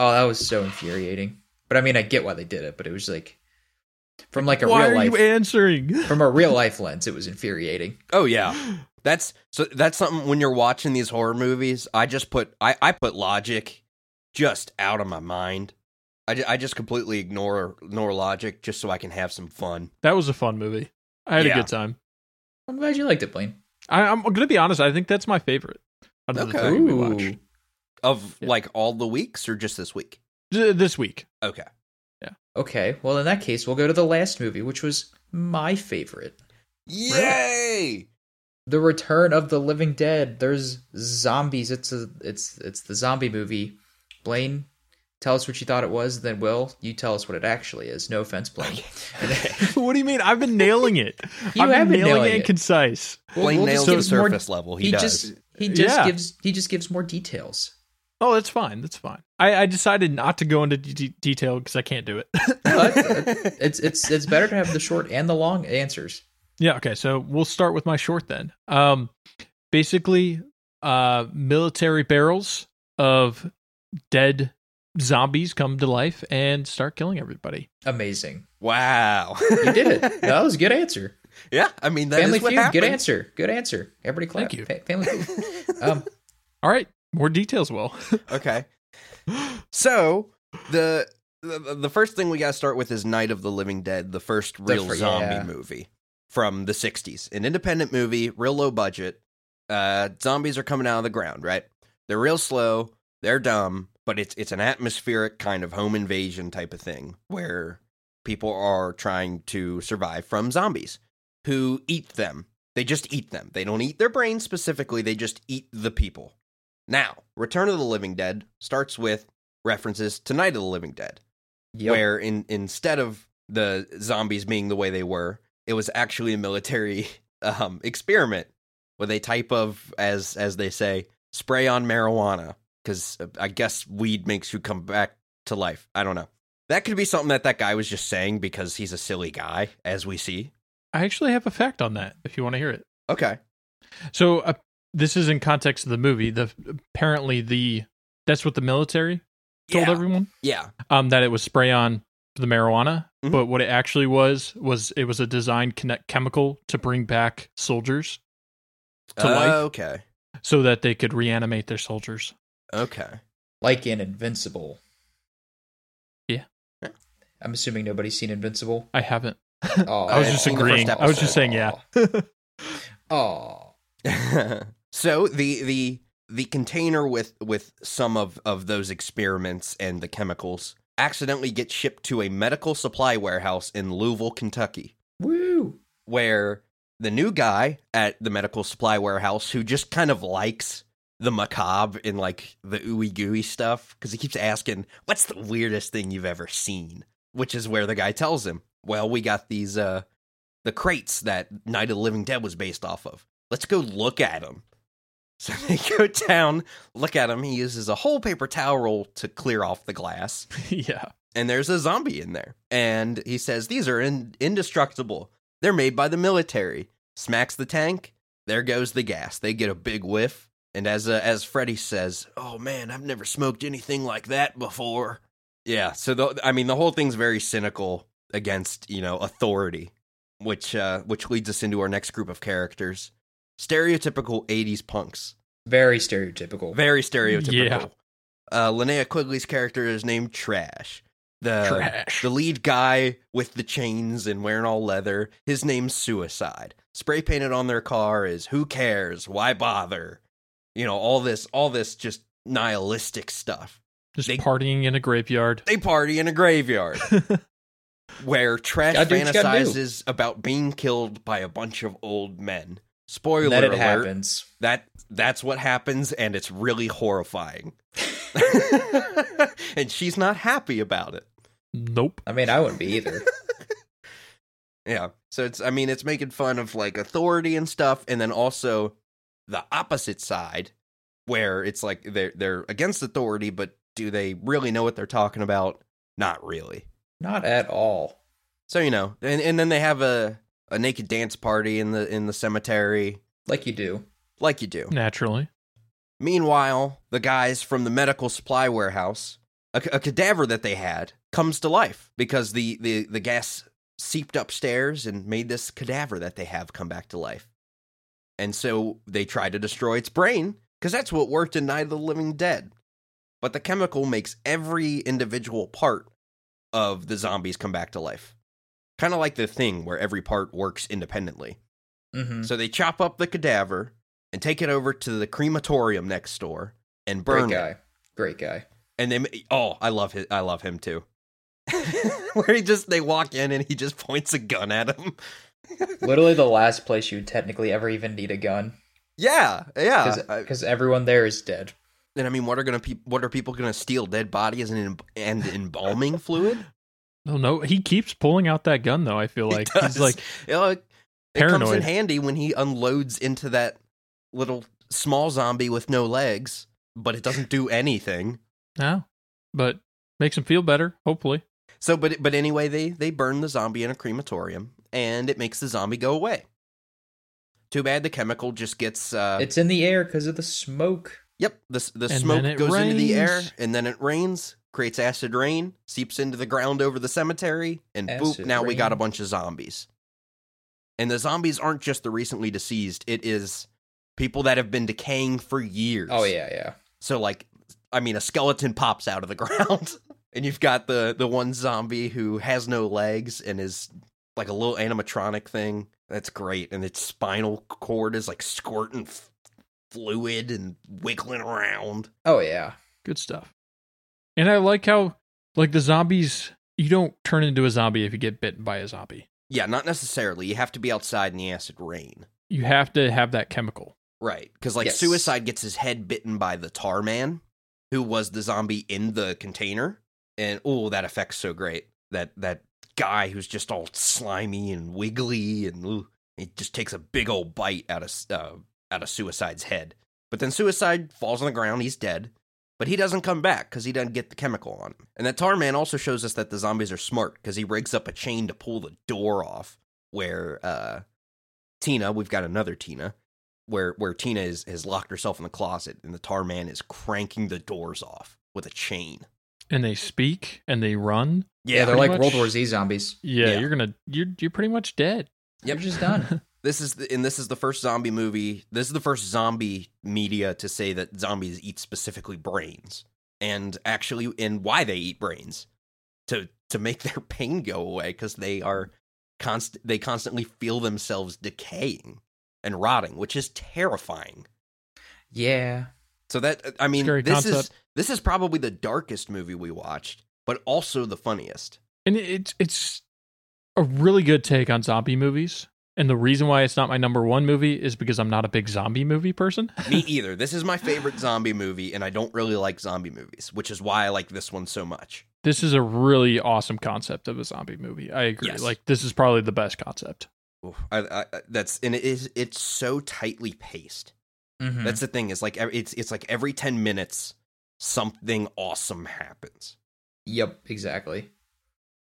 Oh, that was so infuriating. But I mean, I get why they did it, but it was like, from like a Why real are life you answering? from a real life lens, it was infuriating. oh yeah. That's so that's something when you're watching these horror movies, I just put I I put logic just out of my mind. I, ju- I just completely ignore ignore logic just so I can have some fun. That was a fun movie. I had Yeah. a good time. I'm glad you liked it, Blaine. I, I'm gonna be honest. I think that's my favorite. Out of the Okay. three we watched Ooh. Of Yeah. like all the weeks or just this week? D- this week. [LAUGHS] Okay. Okay, well in that case, we'll go to the last movie, which was my favorite, Yay! The Return of the Living Dead. There's zombies. It's a it's it's the zombie movie. Blaine, tell us what you thought it was. Then Will, you tell us what it actually is. No offense, Blaine. [LAUGHS] what do you mean? I've been nailing it. You I've have been been nailing, nailing it and it. concise. Blaine just nails give the us more- surface level. He, he does. just he just Yeah. gives he just gives more details. Oh, that's fine. That's fine. I, I decided not to go into de- de- detail because I can't do it. But uh, [LAUGHS] it's it's it's better to have the short and the long answers. yeah. Okay. So we'll start with my short then. Um, basically, uh, military barrels of dead zombies come to life and start killing everybody. Amazing. [LAUGHS] wow. [LAUGHS] You did it. No, That was a good answer. yeah, I mean that's Family what Feud. happened. Good answer. Good answer. Everybody clap. Thank you. Fa- family Feud. [LAUGHS] Um, All right, more details, Will. okay. So the, the the first thing we got to start with is Night of the Living Dead, the first real fir- zombie yeah. movie. from the 60s. An independent movie, real low budget. Uh, zombies are coming out of the ground, right? They're real slow, they're dumb, but it's it's an atmospheric kind of home invasion type of thing where people are trying to survive from zombies who eat them. They just eat them. They don't eat their brains specifically, they just eat the people. Now, Return of the Living Dead starts with references to Night of the Living Dead, Yep. where in instead of the zombies being the way they were, it was actually a military [LAUGHS] um, experiment with a type of, as as they say, spray on marijuana, because I guess weed makes you come back to life. I don't know. That could be something that that guy was just saying because he's a silly guy, as we see. I actually have a fact on that if you want to hear it. Okay. So uh, this is in context of the movie. The apparently the that's what the military told yeah. everyone yeah. um that it was spray on for the marijuana, Mhm. but what it actually was was it was a designed connect chemical to bring back soldiers To Oh. life. Okay. so that they could reanimate their soldiers. Okay. like in Invincible. Yeah. I'm assuming nobody's seen [LAUGHS] Invincible. I haven't. [LAUGHS] Oh, I was just only the first agreeing. I was just saying yeah. [LAUGHS] Oh, [LAUGHS] so the the the container with with some of of those experiments and the chemicals accidentally gets shipped to a medical supply warehouse in Louisville, Kentucky, woo! where the new guy at the medical supply warehouse who just kind of likes the macabre and like the ooey gooey stuff because he keeps asking, "What's the weirdest thing you've ever seen?" Which is where the guy tells him, "Well, we got these uh the crates that Night of the Living Dead was based off of. Let's go look at them." So [LAUGHS] they go down, look at him. He uses a whole paper towel roll to clear off the glass yeah. and there's a zombie in there. And he says, These are in- indestructible. They're made by the military. Smacks the tank. There goes the gas. They get a big whiff. And as, uh, as Freddy says, Oh man, I've never smoked anything like that before. Yeah. So, the, I mean, the whole thing's very cynical against, you know, authority, which, uh, which leads us into our next group of characters stereotypical 80s punks. Very stereotypical. Very stereotypical. Uh, Linnea Quigley's character is named Trash. The Trash. Uh, the lead guy with the chains and wearing all leather, his name's Suicide. Spray painted on their car is "Who cares? Why bother?" You know, all this, all this just nihilistic stuff. Just They- partying in a graveyard. They party in a graveyard where Trash Gotta do what you gotta do. fantasizes about being killed by a bunch of old men. Spoiler That it alert: happens. that that's what happens, and it's really horrifying. [LAUGHS] and she's not happy about it. nope. I mean, I wouldn't be [LAUGHS] either. Yeah. So it's I mean it's making fun of like authority and stuff and then also the opposite side where it's like they're they're against authority but do they really know what they're talking about? Not really. Not at all. So you know, and and then they have a a naked dance party in the in the cemetery Like you do. like you do. Naturally. Meanwhile, the guys from the medical supply warehouse, a, a cadaver that they had, comes to life because the, the, the gas seeped upstairs and made this cadaver that they have come back to life. And so they try to destroy its brain because that's what worked in Night of the Living Dead. But the chemical makes every individual part of the zombies come back to life. Kind of like the thing where every part works independently. hmm So they chop up the cadaver and take it over to the crematorium next door and Great burn it. guy. Great guy. And they ma- oh, I love his, I love him too. [LAUGHS] Where he just they walk in and he just points a gun at him. Literally the last place you'd technically ever even need a gun Yeah, yeah. Ah, I- because everyone there is dead. and I mean, what are gonna pe- what are people gonna steal dead bodies and em- [LAUGHS] and embalming fluid? No, Oh, no. He keeps pulling out that gun though, I feel He like. does. He's like You know, it comes in Paranoid. handy when he unloads into that little small zombie with no legs, but it doesn't do anything. no. But makes him feel better, hopefully. So, but but anyway, they they burn the zombie in a crematorium, and it makes the zombie go away. Too bad the chemical just gets. Uh, It's in the air because of the smoke. yep, the s- the then smoke it goes into the air, rains. and then it rains, creates acid rain, seeps into the ground over the cemetery, and boop! Acid Now we got a rain. bunch of zombies. And the zombies aren't just the recently deceased; it is people that have been decaying for years. Oh yeah, yeah. So like I mean a skeleton pops out of the ground and you've got the the one zombie who has no legs and is like a little animatronic thing That's great. And its spinal cord is like squirting f- fluid and wiggling around. Oh yeah. Good stuff. And I like how like the zombies you don't turn into a zombie if you get bitten by a zombie. Yeah, not necessarily. You have to be outside in the acid rain. You have to have that chemical. Right. Because like Yes. suicide gets his head bitten by the tar man, who was the zombie in the container. And oh, that effect's so great. That that guy who's just all slimy and wiggly and ooh, it just takes a big old bite out of uh, out of suicide's head. But then suicide falls on the ground, he's dead. But he doesn't come back because he doesn't get the chemical on him. And that tar man also shows us that the zombies are smart because he rigs up a chain to pull the door off where uh, Tina, we've got another Tina, where where Tina is has locked herself in the closet, and the tar man is cranking the doors off with a chain. And they speak and they run. Yeah, they're pretty like much. World War Z zombies. Yeah, Yeah. you're gonna you're you're pretty much dead. They're Yep. just done. [LAUGHS] this is the, and this is the first zombie movie. This is the first zombie media to say that zombies eat specifically brains, and actually, and why they eat brains to to make [LAUGHS] their pain go away because they are const they constantly feel themselves decaying and rotting, which is terrifying. yeah. So that uh, I mean, Scary this is concept. this is probably the darkest movie we watched, but also the funniest. And it- it's it's a really good take on zombie movies. And the reason why it's not my number one movie is because I'm not a big zombie movie person. [LAUGHS] Me either. This is my favorite zombie movie, and I don't really like zombie movies, which is why I like this one so much. This is a really awesome concept of a zombie movie. I agree. Yes. Like this is probably the best concept. Oof. I, I, I- that's and it is it's so tightly paced. Mm-hmm. Mhm. Hmm. That's the thing is like ev- it's it's like every ten minutes something awesome happens. Yep. Exactly.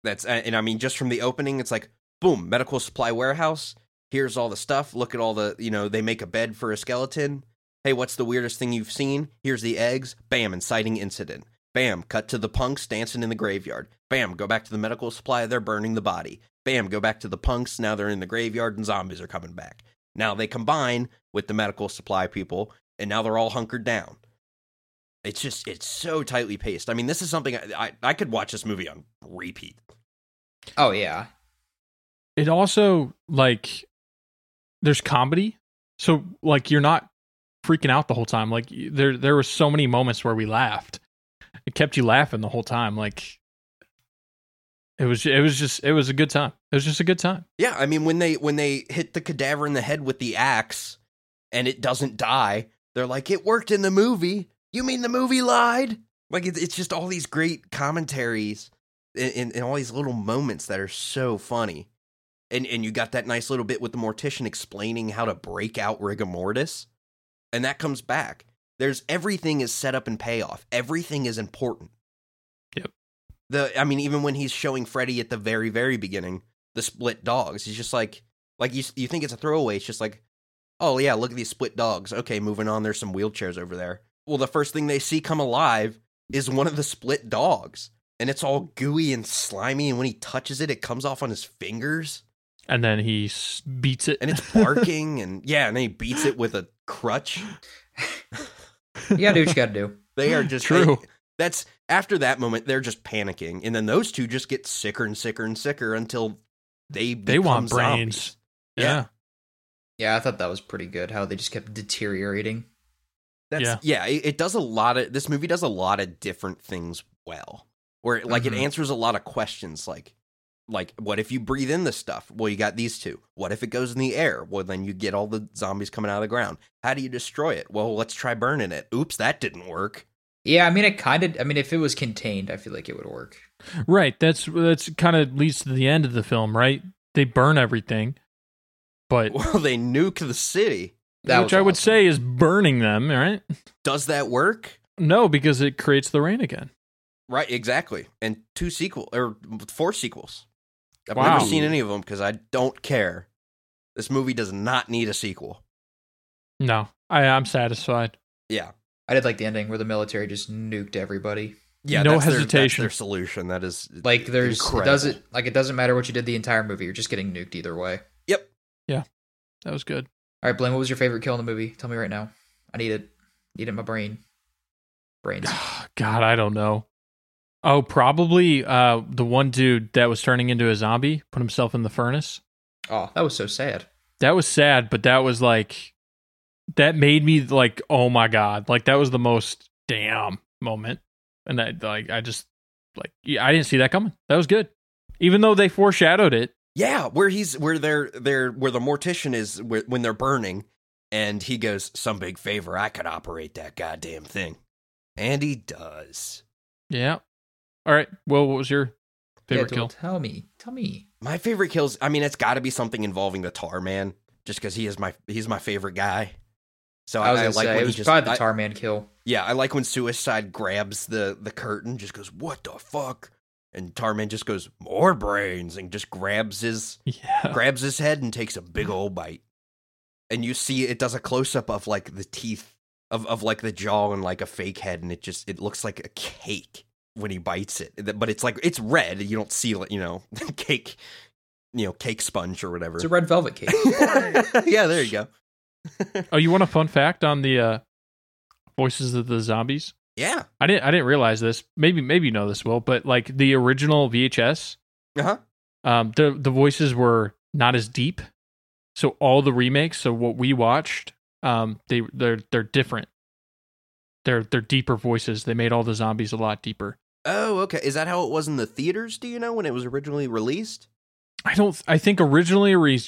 That's uh, and and I mean just from the opening, it's like boom, medical supply warehouse. Here's all the stuff. Look at all the you know they make a bed for a skeleton. Hey, what's the weirdest thing you've seen? Here's the eggs. Bam, inciting incident. Bam, cut to the punks dancing in the graveyard. Bam, go back to the medical supply. They're burning the body. Bam, go back to the punks. Now they're in the graveyard and zombies are coming back. Now they combine with the medical supply people and now they're all hunkered down. It's just it's so tightly paced. I mean, this is something I I, I could watch this movie on repeat. Oh yeah. It also like there's comedy. So like you're not freaking out the whole time. Like y- there there were so many moments where we laughed. It kept you laughing the whole time. Like it was it was just it was a good time. It was just a good time. Yeah, I mean when they when they hit the cadaver in the head with the axe and it doesn't die, they're like, "It worked in the movie." You mean the movie lied? Like it's it's just all these great commentaries and, and, and all these little moments that are so funny. And and you got that nice little bit with the mortician explaining how to break out rigor mortis, and that comes back. There's everything is set up and payoff. Everything is important. Yep. The I mean, even when he's showing Freddy at the very very beginning, the split dogs. He's just like, like you you think it's a throwaway. It's just like, oh yeah, look at these split dogs. Okay, moving on. There's some wheelchairs over there. Well, the first thing they see come alive is one of the split dogs, and it's all gooey and slimy. And when he touches it, it comes off on his fingers, And then he s- beats it and it's barking. and yeah, and then he beats it with a crutch. You gotta do what you gotta do. They are just True. they- that's after that moment, they're just panicking, and then those two just get sicker and sicker and sicker until they [LAUGHS] They want become brains. zombies. yeah. Yeah, I thought that was pretty good. How they just kept deteriorating. That's yeah, it, it does a lot of this movie does a lot of different things well. Where like Mhm. it answers a lot of questions like like what if you breathe in this stuff? Well, you got these two. What if it goes in the air? Well, then you get all the zombies coming out of the ground. How do you destroy it? Well, let's try burning it. Oops, that didn't work. [LAUGHS] Yeah, I mean, it kind of. I mean, if it was contained, I feel like it would work. Right. That's that's kind of leads to the end of the film, right? They burn everything, but Well, they nuke the city. That which was I would awesome. say is burning them, right? Does that work? No, because it creates the rain again. Right, exactly. And two sequel or four sequels. I've Wow. never seen any of them because I don't care. This movie does not need a sequel. No, I I'm satisfied. Yeah. I did like the ending where the military just nuked everybody. yeah, No that's their- hesitation. that's their solution. That is Like, there's it incredible. doesn't like it doesn't matter what you did the entire movie. You're just getting nuked either way. Yep. That was good. All right, Blaine, what was your favorite kill in the movie? Tell me right now. I need it. Need it in my brain. [SIGHS] Brains. [SIGHS] God, I don't know. Oh, probably uh the one dude that was turning into a zombie put himself in the furnace. Oh, that was so sad. That was sad, but that was like that made me like, oh my god, like that was the most damn moment, and that like I just like yeah, I didn't see that coming. That was good, even though they foreshadowed it. Yeah, where he's where they're they're where the mortician is where, when they're burning, and he goes, "Some big favor, I could operate that goddamn thing," and he does. Yeah. All right. Well, what was your favorite Yeah, kill? don't Tell me. Tell me. My favorite kills. I mean, it's got to be something involving the Tar Man, just because he is my he's my favorite guy. So I, I was I gonna like say when it he was just probably I- the Tar Man kill. yeah, I like when Suicide grabs the the curtain, just goes, "What the fuck," and Tar Man just goes, "More brains," and just grabs his [LAUGHS] Yeah. [LAUGHS] grabs his head and takes a big old bite. And you see it does a close up of like the teeth of, of like the jaw and like a fake head, and it just it looks like a cake when he bites it. Th- But it's like it's red. You don't see like you know [LAUGHS] cake, you know cake sponge or whatever. It's a red velvet [LAUGHS] cake. yeah, there you go. Oh, you want a fun fact on the uh voices of the zombies? Yeah. I didn't I didn't realize this. Maybe maybe you know this, Will, but like the original VHS, Uh huh. um, the the voices were not as deep. So all the remakes, so what we watched, um, they they're they're different. They're they're deeper voices. They made all the zombies a lot deeper. Oh, okay. Is that how it was in the theaters? Do you know when it was originally released? I don't. I think originally re-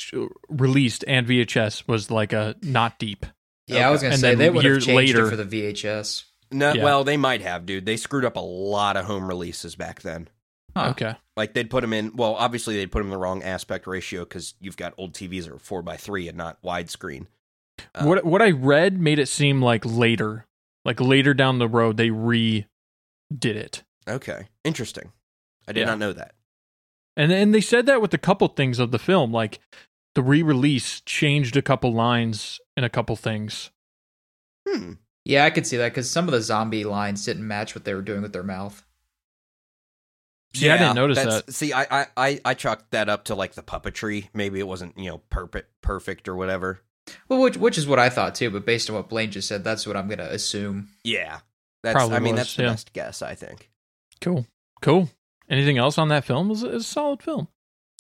released and VHS was like a not deep. Yeah, I was gonna And say then they would have years changed later- it for the VHS. No. Yeah. Well, they might have, dude. They screwed up a lot of home releases back then. Huh. Okay. Like they'd put them in. Well, obviously they'd put them in the wrong aspect ratio because you've got old TVs that are four by three and not widescreen. Uh, what what I read made it seem like later, like later down the road, they re did it. Okay, interesting. I did Yeah. not know that. And and they said that with a couple things of the film, like the re-release changed a couple lines and a couple things. Hmm. Yeah, I could see that because some of the zombie lines didn't match what they were doing with their mouth. See, I didn't notice that's- See, I, I, I, I chalked that up to like the puppetry. Maybe it wasn't you know perfect, perfect or whatever. Well, which which is what I thought too. But based on what Blaine just said, that's what I'm gonna assume. Yeah, that's. Probably I mean, was, that's the yeah. best guess. I think. Cool, cool. Anything else on that film? It was, it was a solid film.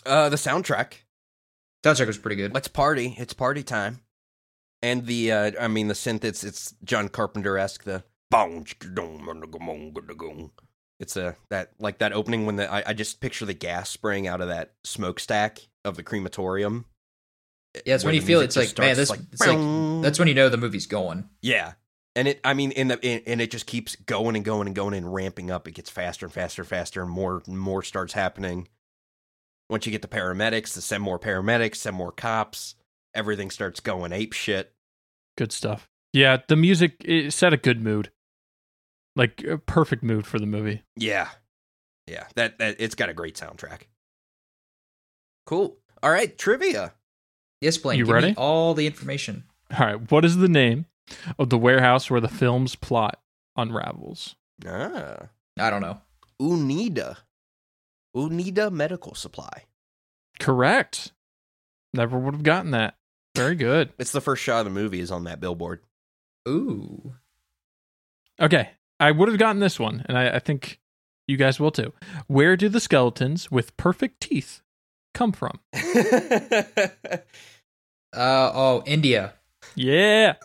Uh, the soundtrack. Soundtrack was pretty good. Let's party. It's party time. And the, uh, I mean, the synth. It's it's John Carpenter esque. The it's a that like that opening when the I, I just picture the gas spraying out of that smokestack of the crematorium. Yeah, it's Where when you the feel music it's just like, man, starts, this- it's like- bang. That's when you know the movie's going. Yeah. And it, I mean, in the, in, and it just keeps going and going and going and ramping up. It gets faster and faster and faster, and more and more starts happening. Once you get the paramedics, the send more paramedics, send more cops. Everything starts going ape shit. Good stuff. Yeah, the music it set a good mood, like a perfect mood for the movie. Yeah, yeah. That that it's got a great soundtrack. Cool. All right, trivia. Yes, Blaine, You give me ready? all the information. All right, what is the name of the warehouse where the film's plot unravels? Ah, I don't know. Unida, Unida Medical Supply. Correct. Never would have gotten that. Very good. It's the first shot of the movie is on that billboard. [LAUGHS] Ooh, Okay. I would have gotten this one, and I, I think you guys will too. Where do the skeletons with perfect teeth come from? uh, oh, [LAUGHS] India. Yeah. [GASPS]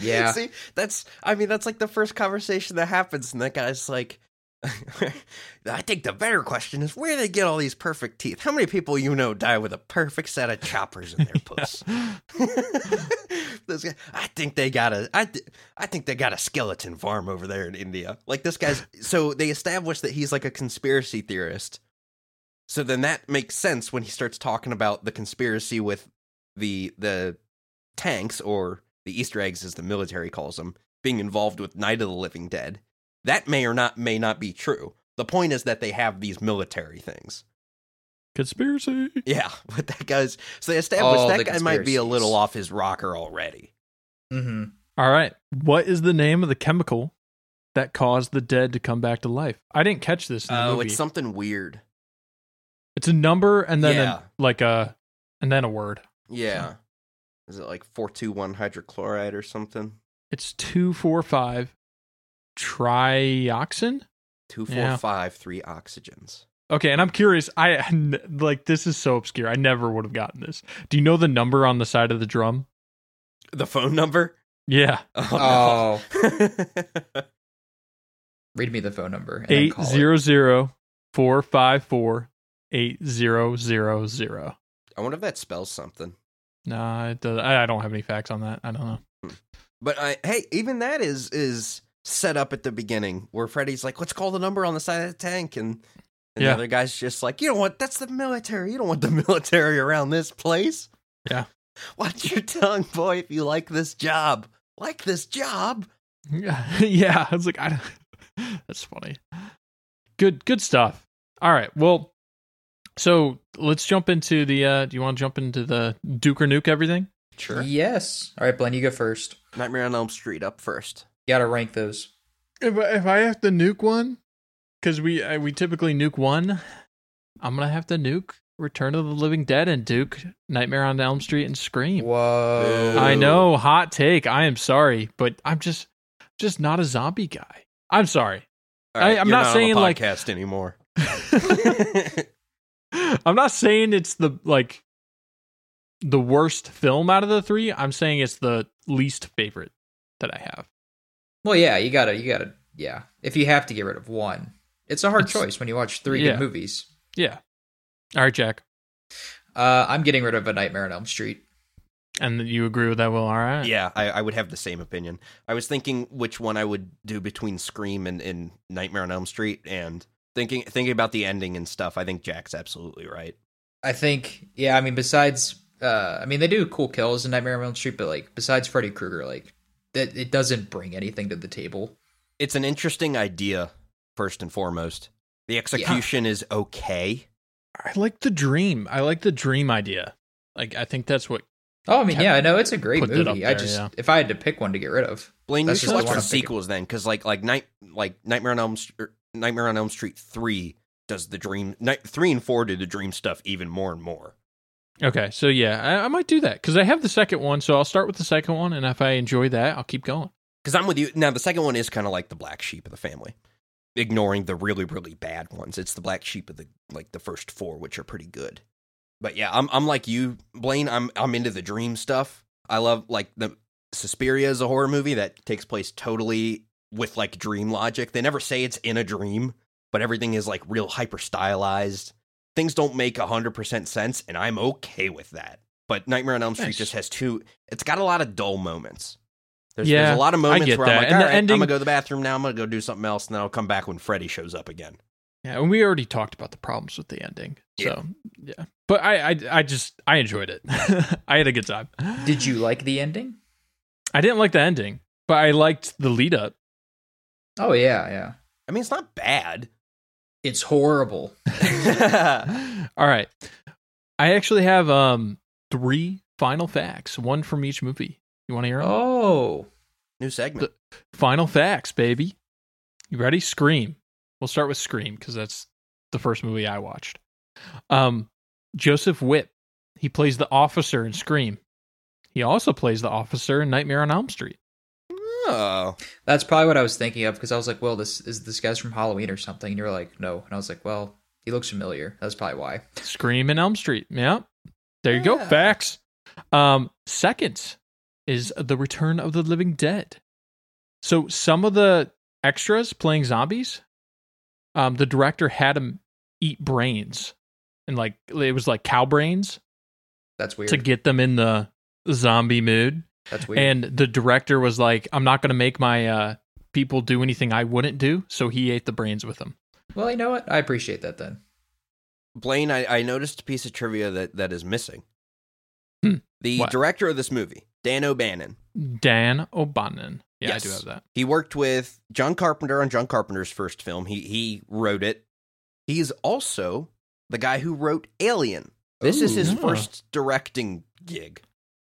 Yeah, See, that's I mean, that's like the first conversation that happens, and that guy's like [LAUGHS] I think the better question is where they get all these perfect teeth. How many people you know die with a perfect set of choppers in their puss? [LAUGHS] this guy, I think they got a I, th- I think they got a skeleton farm over there in India. Like this guy's so they establish that he's like a conspiracy theorist. So then that makes sense when he starts talking about the conspiracy with the the tanks or the Easter eggs as the military calls them being involved with Night of the Living Dead. That may or not may not be true. The point is that they have these military things. Conspiracy. Yeah, [LAUGHS] but that guy's so they established All that the guy might be a little conspiracies. off his rocker already. hmm All right. What is the name of the chemical that caused the dead to come back to life? I didn't catch this in the Oh, movie. it's something weird. It's a number and then a- Yeah. like a and then a word. Yeah. Is it like 421 hydrochloride or something? It's two four five trioxin. 2453 oxygens. Okay, and I'm curious. I [LAUGHS] like this is so obscure. I never would have gotten this. Do you know the number on the side of the drum? The phone number? [LAUGHS] Yeah, Oh. Oh, no. read me the phone number. and then eight call it. zero zero four five four eight zero zero zero. [LAUGHS] I wonder if that spells something. Nah, it does, I I don't have any facts on that. I don't know. [LAUGHS] But I, hey, even that is is set up at the beginning where Freddy's like, "Let's call the number on the side of the tank," and, and the Yeah. other guy's just like, "You don't want that's the military. You don't want the [LAUGHS] military around this place." Yeah. watch your tongue, boy. If you like this job, like this job. yeah, I was like, I don't, [LAUGHS] that's funny. Good, good stuff. All right, well, so let's jump into the. uh Do you want to jump into the Duke or Nuke everything? Sure. Yes. All right, Blaine, you go first. Nightmare on Elm Street up first. You gotta rank those. If I, if I have to nuke one, because we I, we typically nuke one, I'm gonna have to nuke Return of the Living Dead and Duke Nightmare on Elm Street and Scream. Whoa. Boo. I know, hot take. I am sorry, but I'm just just not a zombie guy. I'm sorry. All right, I- I'm you're not on saying, a like- [LAUGHS] podcast anymore. [LAUGHS] I'm not saying it's the like the worst film out of the three. I'm saying it's the least favorite that I have. Well, yeah, you gotta, you gotta, yeah. If you have to get rid of one, it's a hard It's- choice when you watch three Yeah. good movies. Yeah. All right, Jack. Uh, I'm getting rid of A Nightmare on Elm Street. And you agree with that, Will? All right. yeah, I, I would have the same opinion. I was thinking which one I would do between Scream and, and Nightmare on Elm Street, and thinking thinking about the ending and stuff. I think Jack's absolutely right. I think, yeah, I mean, besides, uh, I mean, they do cool kills in Nightmare on Elm Street, but like, besides Freddy Krueger, like, that it doesn't bring anything to the table. It's an interesting idea, first and foremost. The execution is okay. I like the dream. I like the dream idea. Like I think that's what Oh, I mean, Kept- yeah, I know it's a great put that up movie. I there, just, yeah. if I had to pick one to get rid of, Blaine, That's you just should the watch one I'm the thinking. sequels then, because like like night like Nightmare on Elm Street, Nightmare on Elm Street three does the dream night three and four do the dream stuff even more and more. Okay, so yeah, I, I might do that because I have the second one. So I'll start with the second one, and if I enjoy that, I'll keep going. Because I'm with you. Now, the second one is kind of like the black sheep of the family, ignoring the really, really bad ones. It's the black sheep of the like the first four, which are pretty good. But yeah, I'm I'm like you, Blaine. I'm I'm into the dream stuff. I love like the Suspiria is a horror movie that takes place totally with like dream logic. They never say it's in a dream, but everything is like real hyper stylized. Things don't make 100% sense, and I'm okay with that. But Nightmare on Elm Street Nice. just has two, it's got a lot of dull moments. There's, Yeah, there's a lot of moments get where that. I'm like, And all the right, I'm ending- gonna go to the bathroom now. I'm gonna go do something else, and then I'll come back when Freddy shows up again. Yeah, and we already talked about the problems with the ending. So yeah, but I, I, I just I enjoyed it. [LAUGHS] I had a good time. did you like the ending? I didn't like the ending, but I liked the [LAUGHS] lead up. Oh, yeah, yeah. I mean, it's not [LAUGHS] bad. It's horrible. All right, I actually have um three final facts, one from each movie. You want to hear them? Oh, New segment. Final facts, baby. You ready? Scream. We'll start with Scream because that's the first movie I watched. Um, Joseph Whipp. He plays the officer in Scream. He also plays the officer in Nightmare on Elm Street. Oh, that's probably what I was thinking of because I was like, well, this is this guy's from Halloween or something. And you were like, no. And I was like, well, he looks familiar. That's probably why. Scream in Elm Street. Yep. There you go. Yeah. Facts. Um, second is The Return of the Living Dead. So some of the extras playing zombies, um, the director had them eat brains. And like it was like cow brains That's weird. to get them in the zombie mood. That's weird. And the director was like, I'm not gonna make my uh people do anything I wouldn't do. So he ate the brains with them. well, you know what? I appreciate that then. Blaine, I, I noticed a piece of trivia that that is missing. Hmm. The What? director of this movie, Dan O'Bannon, Dan O'Bannon. Yeah, Yes. I do have that. he worked with John Carpenter on John Carpenter's first film. He he wrote it. He is also the guy who wrote Alien. This is Ooh. his Yeah. first directing gig.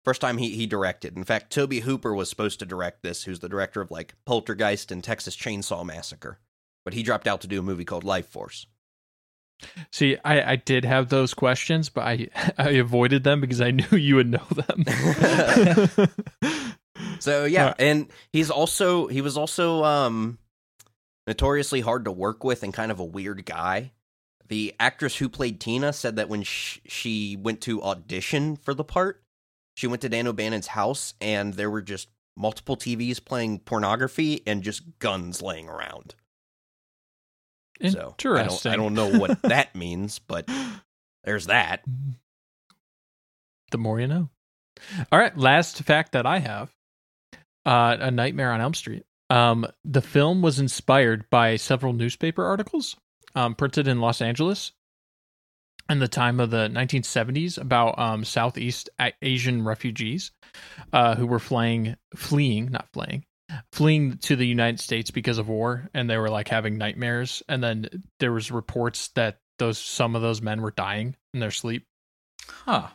First time he, he directed. In fact, Toby Hooper was supposed to direct this, who's the director of like Poltergeist and Texas Chainsaw Massacre. But he dropped out to do a movie called Life Force. See, I, I did have those questions, but I [LAUGHS] I avoided them because I [LAUGHS] knew you would know [LAUGHS] [LAUGHS] them. So yeah, Right. and he's also he was also um notoriously hard to work with and kind of a weird guy. The actress who played Tina said that when sh- she went to audition for the part, she went to Dan O'Bannon's house and there were just multiple TVs playing pornography and just guns laying around. So I don't, Interesting. I don't know [LAUGHS] what that means, but there's that. Mm-hmm. the more you know. All right, last fact that I have: uh, a Nightmare on Elm Street. Um, the film was inspired by several newspaper articles um, printed in Los Angeles in the time of the 1970s about um, Southeast A- Asian refugees uh, who were flying, fleeing, not flying, fleeing to the United States because of war, and they were like having nightmares. And then there was reports that those some of those men were dying in their sleep. Huh.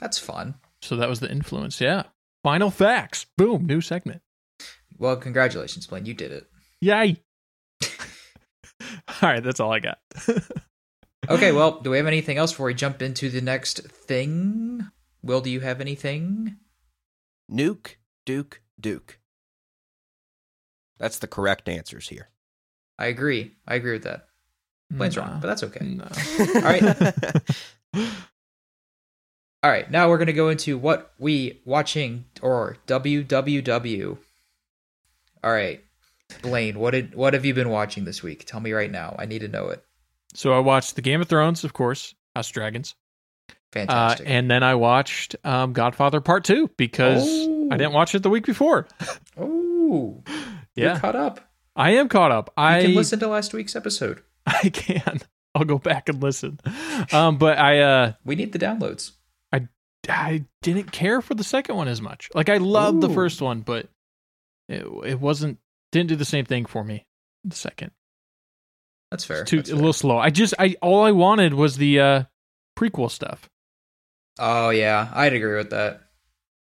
That's fun. So that was the influence. Yeah. Final facts. Boom. New segment. Well, congratulations, Blaine. You did it. [LAUGHS] Yay. all right. That's all [LAUGHS] I got. Okay, well, do we have anything else before we jump into the next thing? Will, do you have anything? Nuke, Duke, Duke. That's the correct answers here. I agree. I agree with that. Blaine's wrong, but that's okay. No. All right. All right, now we're going to go into what we watching or WWW. All right. Blaine, what did what have you been watching this week? Tell me right now. I need to know it. So I watched the Game of Thrones, of course, House of Dragons. Uh, Fantastic. and then I watched um, Godfather Part 2 because Oh. I didn't watch it the week before. oh, yeah. Yeah. caught up. I am caught up. You I can listen to last week's episode. [LAUGHS] I can. I'll go back and listen. Um, but I uh, We need the downloads. I didn't care for the second one as much. Like I loved the Ooh. first one, but it it wasn't didn't do the same thing for me. The second, That's fair. it's too That's a fair. little slow. I just I all I wanted was the uh prequel stuff. Oh yeah, I'd agree with that.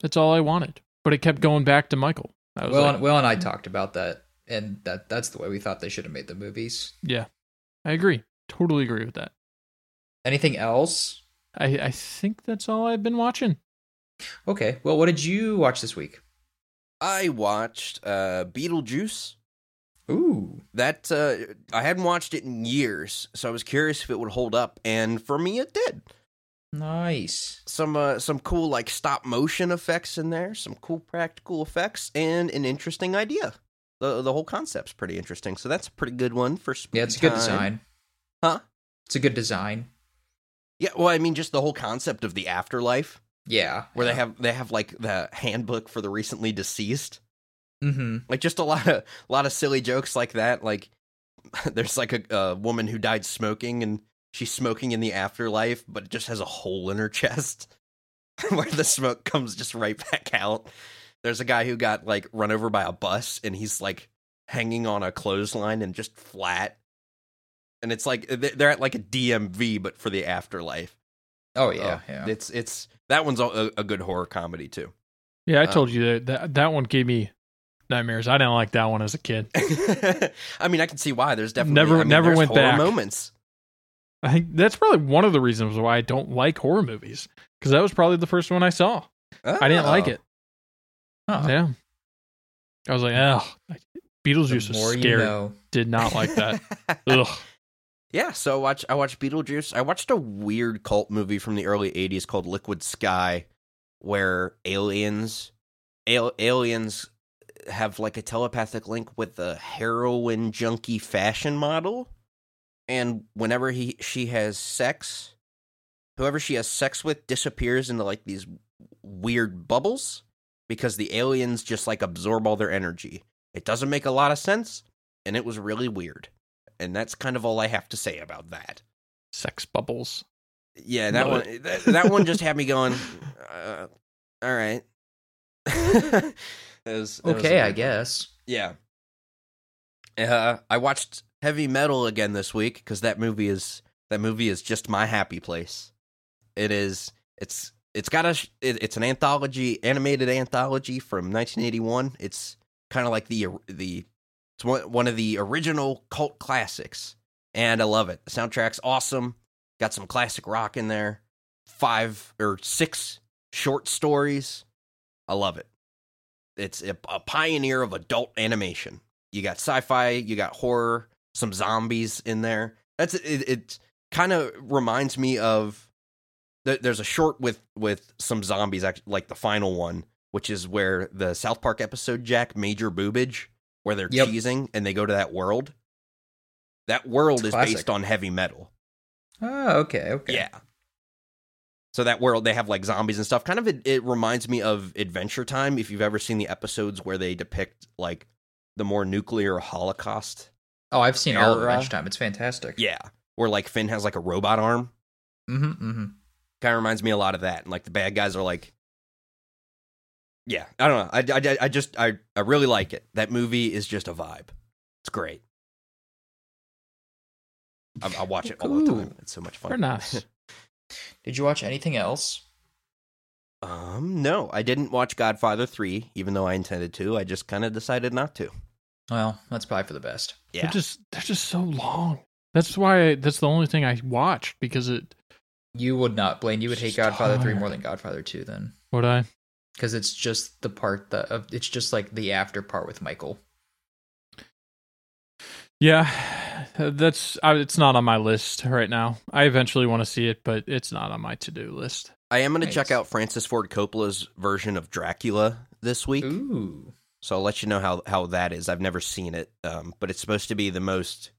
That's all I wanted. But it kept going back to Michael. I was Will, like, and, Will and I talked about that, and that that's the way we thought they should have made the movies. yeah, I agree. Totally agree with that. Anything else? I I think that's all I've been watching. Okay. Well, what did you watch this week? I watched uh, Beetlejuice. Ooh, That uh, I hadn't watched it in years, so I was curious if it would hold up, and for me, it did. nice. Some uh, some cool like stop motion effects in there, some cool practical effects, and an interesting idea. The the whole concept's pretty interesting, so that's a pretty good one for. Yeah, it's a good spooky time. design. Huh? It's a good design. Yeah, well, I mean, just the whole concept of the afterlife. Yeah. where they have they have like the handbook for the recently deceased Mm-hmm. like just a lot of [LAUGHS] a lot of silly jokes like that like [LAUGHS] there's like a, a woman who died smoking and she's smoking in the afterlife but just has a hole in her [LAUGHS] chest where the smoke comes just right back out there's a guy who got like run over by a bus and he's like hanging on a clothesline and just flat and it's like they- they're at like a dmv but for the afterlife Oh yeah, Oh, yeah. it's it's that one's a, a good horror comedy too Yeah, I Uh, told you that, that that one gave me nightmares. I didn't like that one as a kid. [LAUGHS] I mean, I can see why. There's definitely Never- I mean, never there's went horror back. Moments. I think that's probably one of the reasons why I don't like horror movies because that was probably the first one I saw. I didn't like Oh. it. Huh. Yeah, I was like, oh, The Beetlejuice was more scary. you know. Did not like [LAUGHS] [LAUGHS] that. Ugh. yeah. So I watch. I watched Beetlejuice. I watched a weird cult movie from the early '80s called Liquid Sky, where aliens, al- aliens have like a telepathic link with a heroin junkie fashion model, and whenever he she has sex, whoever she has sex with disappears into like these weird bubbles because the aliens just like absorb all their energy. It doesn't make a lot of sense, and it was really weird. And that's kind of all I have to say about that. Sex bubbles. Yeah, that Love one that, that one just had me going. Uh, all right. [LAUGHS] It was- it was a Okay, I weird- guess. Yeah. Uh, I watched Heavy Metal again this week because that movie is that movie is just my happy place. It is. It's it's got a sh- it, it's an anthology animated anthology from 1981. It's kind of like the the it's one one of the original cult classics, and I love it. The soundtrack's awesome. Got some classic rock in there. Five or six short stories. I love it it's a, a pioneer of adult animation. You got sci-fi, you got horror, some zombies in there. That's it. It kind of reminds me of there- there's a short with with some zombies, act- like the final one, which is where the South Park episode Jack Major Boobage, where they're Yep. teasing and they go to that world. That world It's is classic. based on heavy metal. Oh, okay, okay. Yeah. So that world they have like zombies and stuff. Kind of it, it reminds me of Adventure Time if you've ever seen the episodes where they depict like the more nuclear holocaust. Oh, I've seen all of Era. Adventure Time. It's fantastic. Yeah. Where like Finn has like a robot arm. hmm hmm Kind of reminds me a lot of that. And like the bad guys are like Yeah, I don't know. I, I, I just I, I really like it. That movie is just a vibe. It's great. I, I watch it all the time. Cool. It's so much fun. Fair [LAUGHS] enough. [LAUGHS] Did you watch anything else? Um, no, I didn't watch Godfather 3, even though I intended to. I just kind of decided not to. Well, that's probably for the best. Yeah. They're just they're just so long. That's why I, that's the only thing I watched because it You would not, Blaine. You would hate Just Godfather three tired. more than Godfather two, then, would I because it's just the part that of it's just like the after part with Michael. Yeah, that's I, it's not on my list right now. I eventually want to see it, but it's not on my to do list. I am going to check Nice. out Francis Ford Coppola's version of Dracula this week. Ooh, So I'll let you know how, how that is. I've never seen it, um, but it's supposed to be the most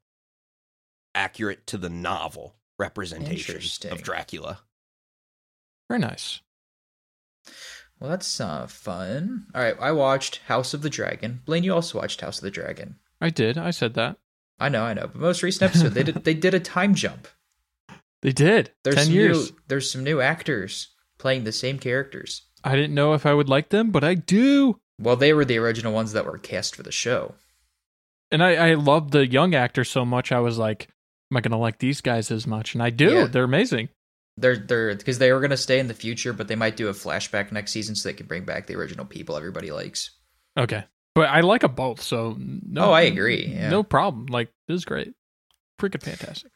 accurate to the novel representation Interesting. of Dracula. Very nice. well, that's uh, fun. All right, I watched House of the Dragon. Blaine, you also watched House of the Dragon. I did. I said that I know, I know. But most recent episode, they did they did a time [LAUGHS] jump. they did. There's Ten some years. New, there's some new actors playing the same characters. I didn't know if I would like them, but I do, Well, they were the original ones that were cast for the show. and I I love the young actor so much. I was like, am I gonna like these guys as much? And I do. Yeah. They're amazing. They're they're because they were gonna stay in the future, but they might do a flashback next season so they can bring back the original people everybody likes. Okay, but I like them both. So no, Oh, I agree, yeah. No problem. Like this is great. Freaking fantastic.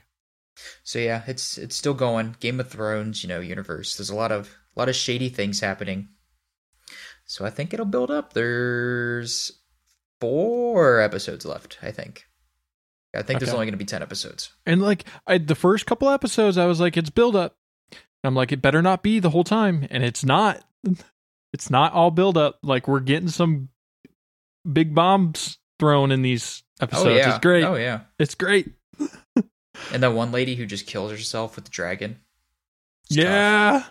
So yeah, it's it's still going. Game of Thrones, you know, universe. There's a lot of a lot of shady things happening. So I think it'll build up. There's four episodes left, I think. I think there's Okay. only gonna be ten episodes. And like I, the first couple episodes, I was like, it's build up. I'm like, it better not be the whole time, and it's not. [LAUGHS] It's not all build up. Like we're getting some big bombs thrown in these episodes. oh yeah. It's great. Oh yeah. It's great. And that one lady who just kills herself with the dragon. It's tough. yeah,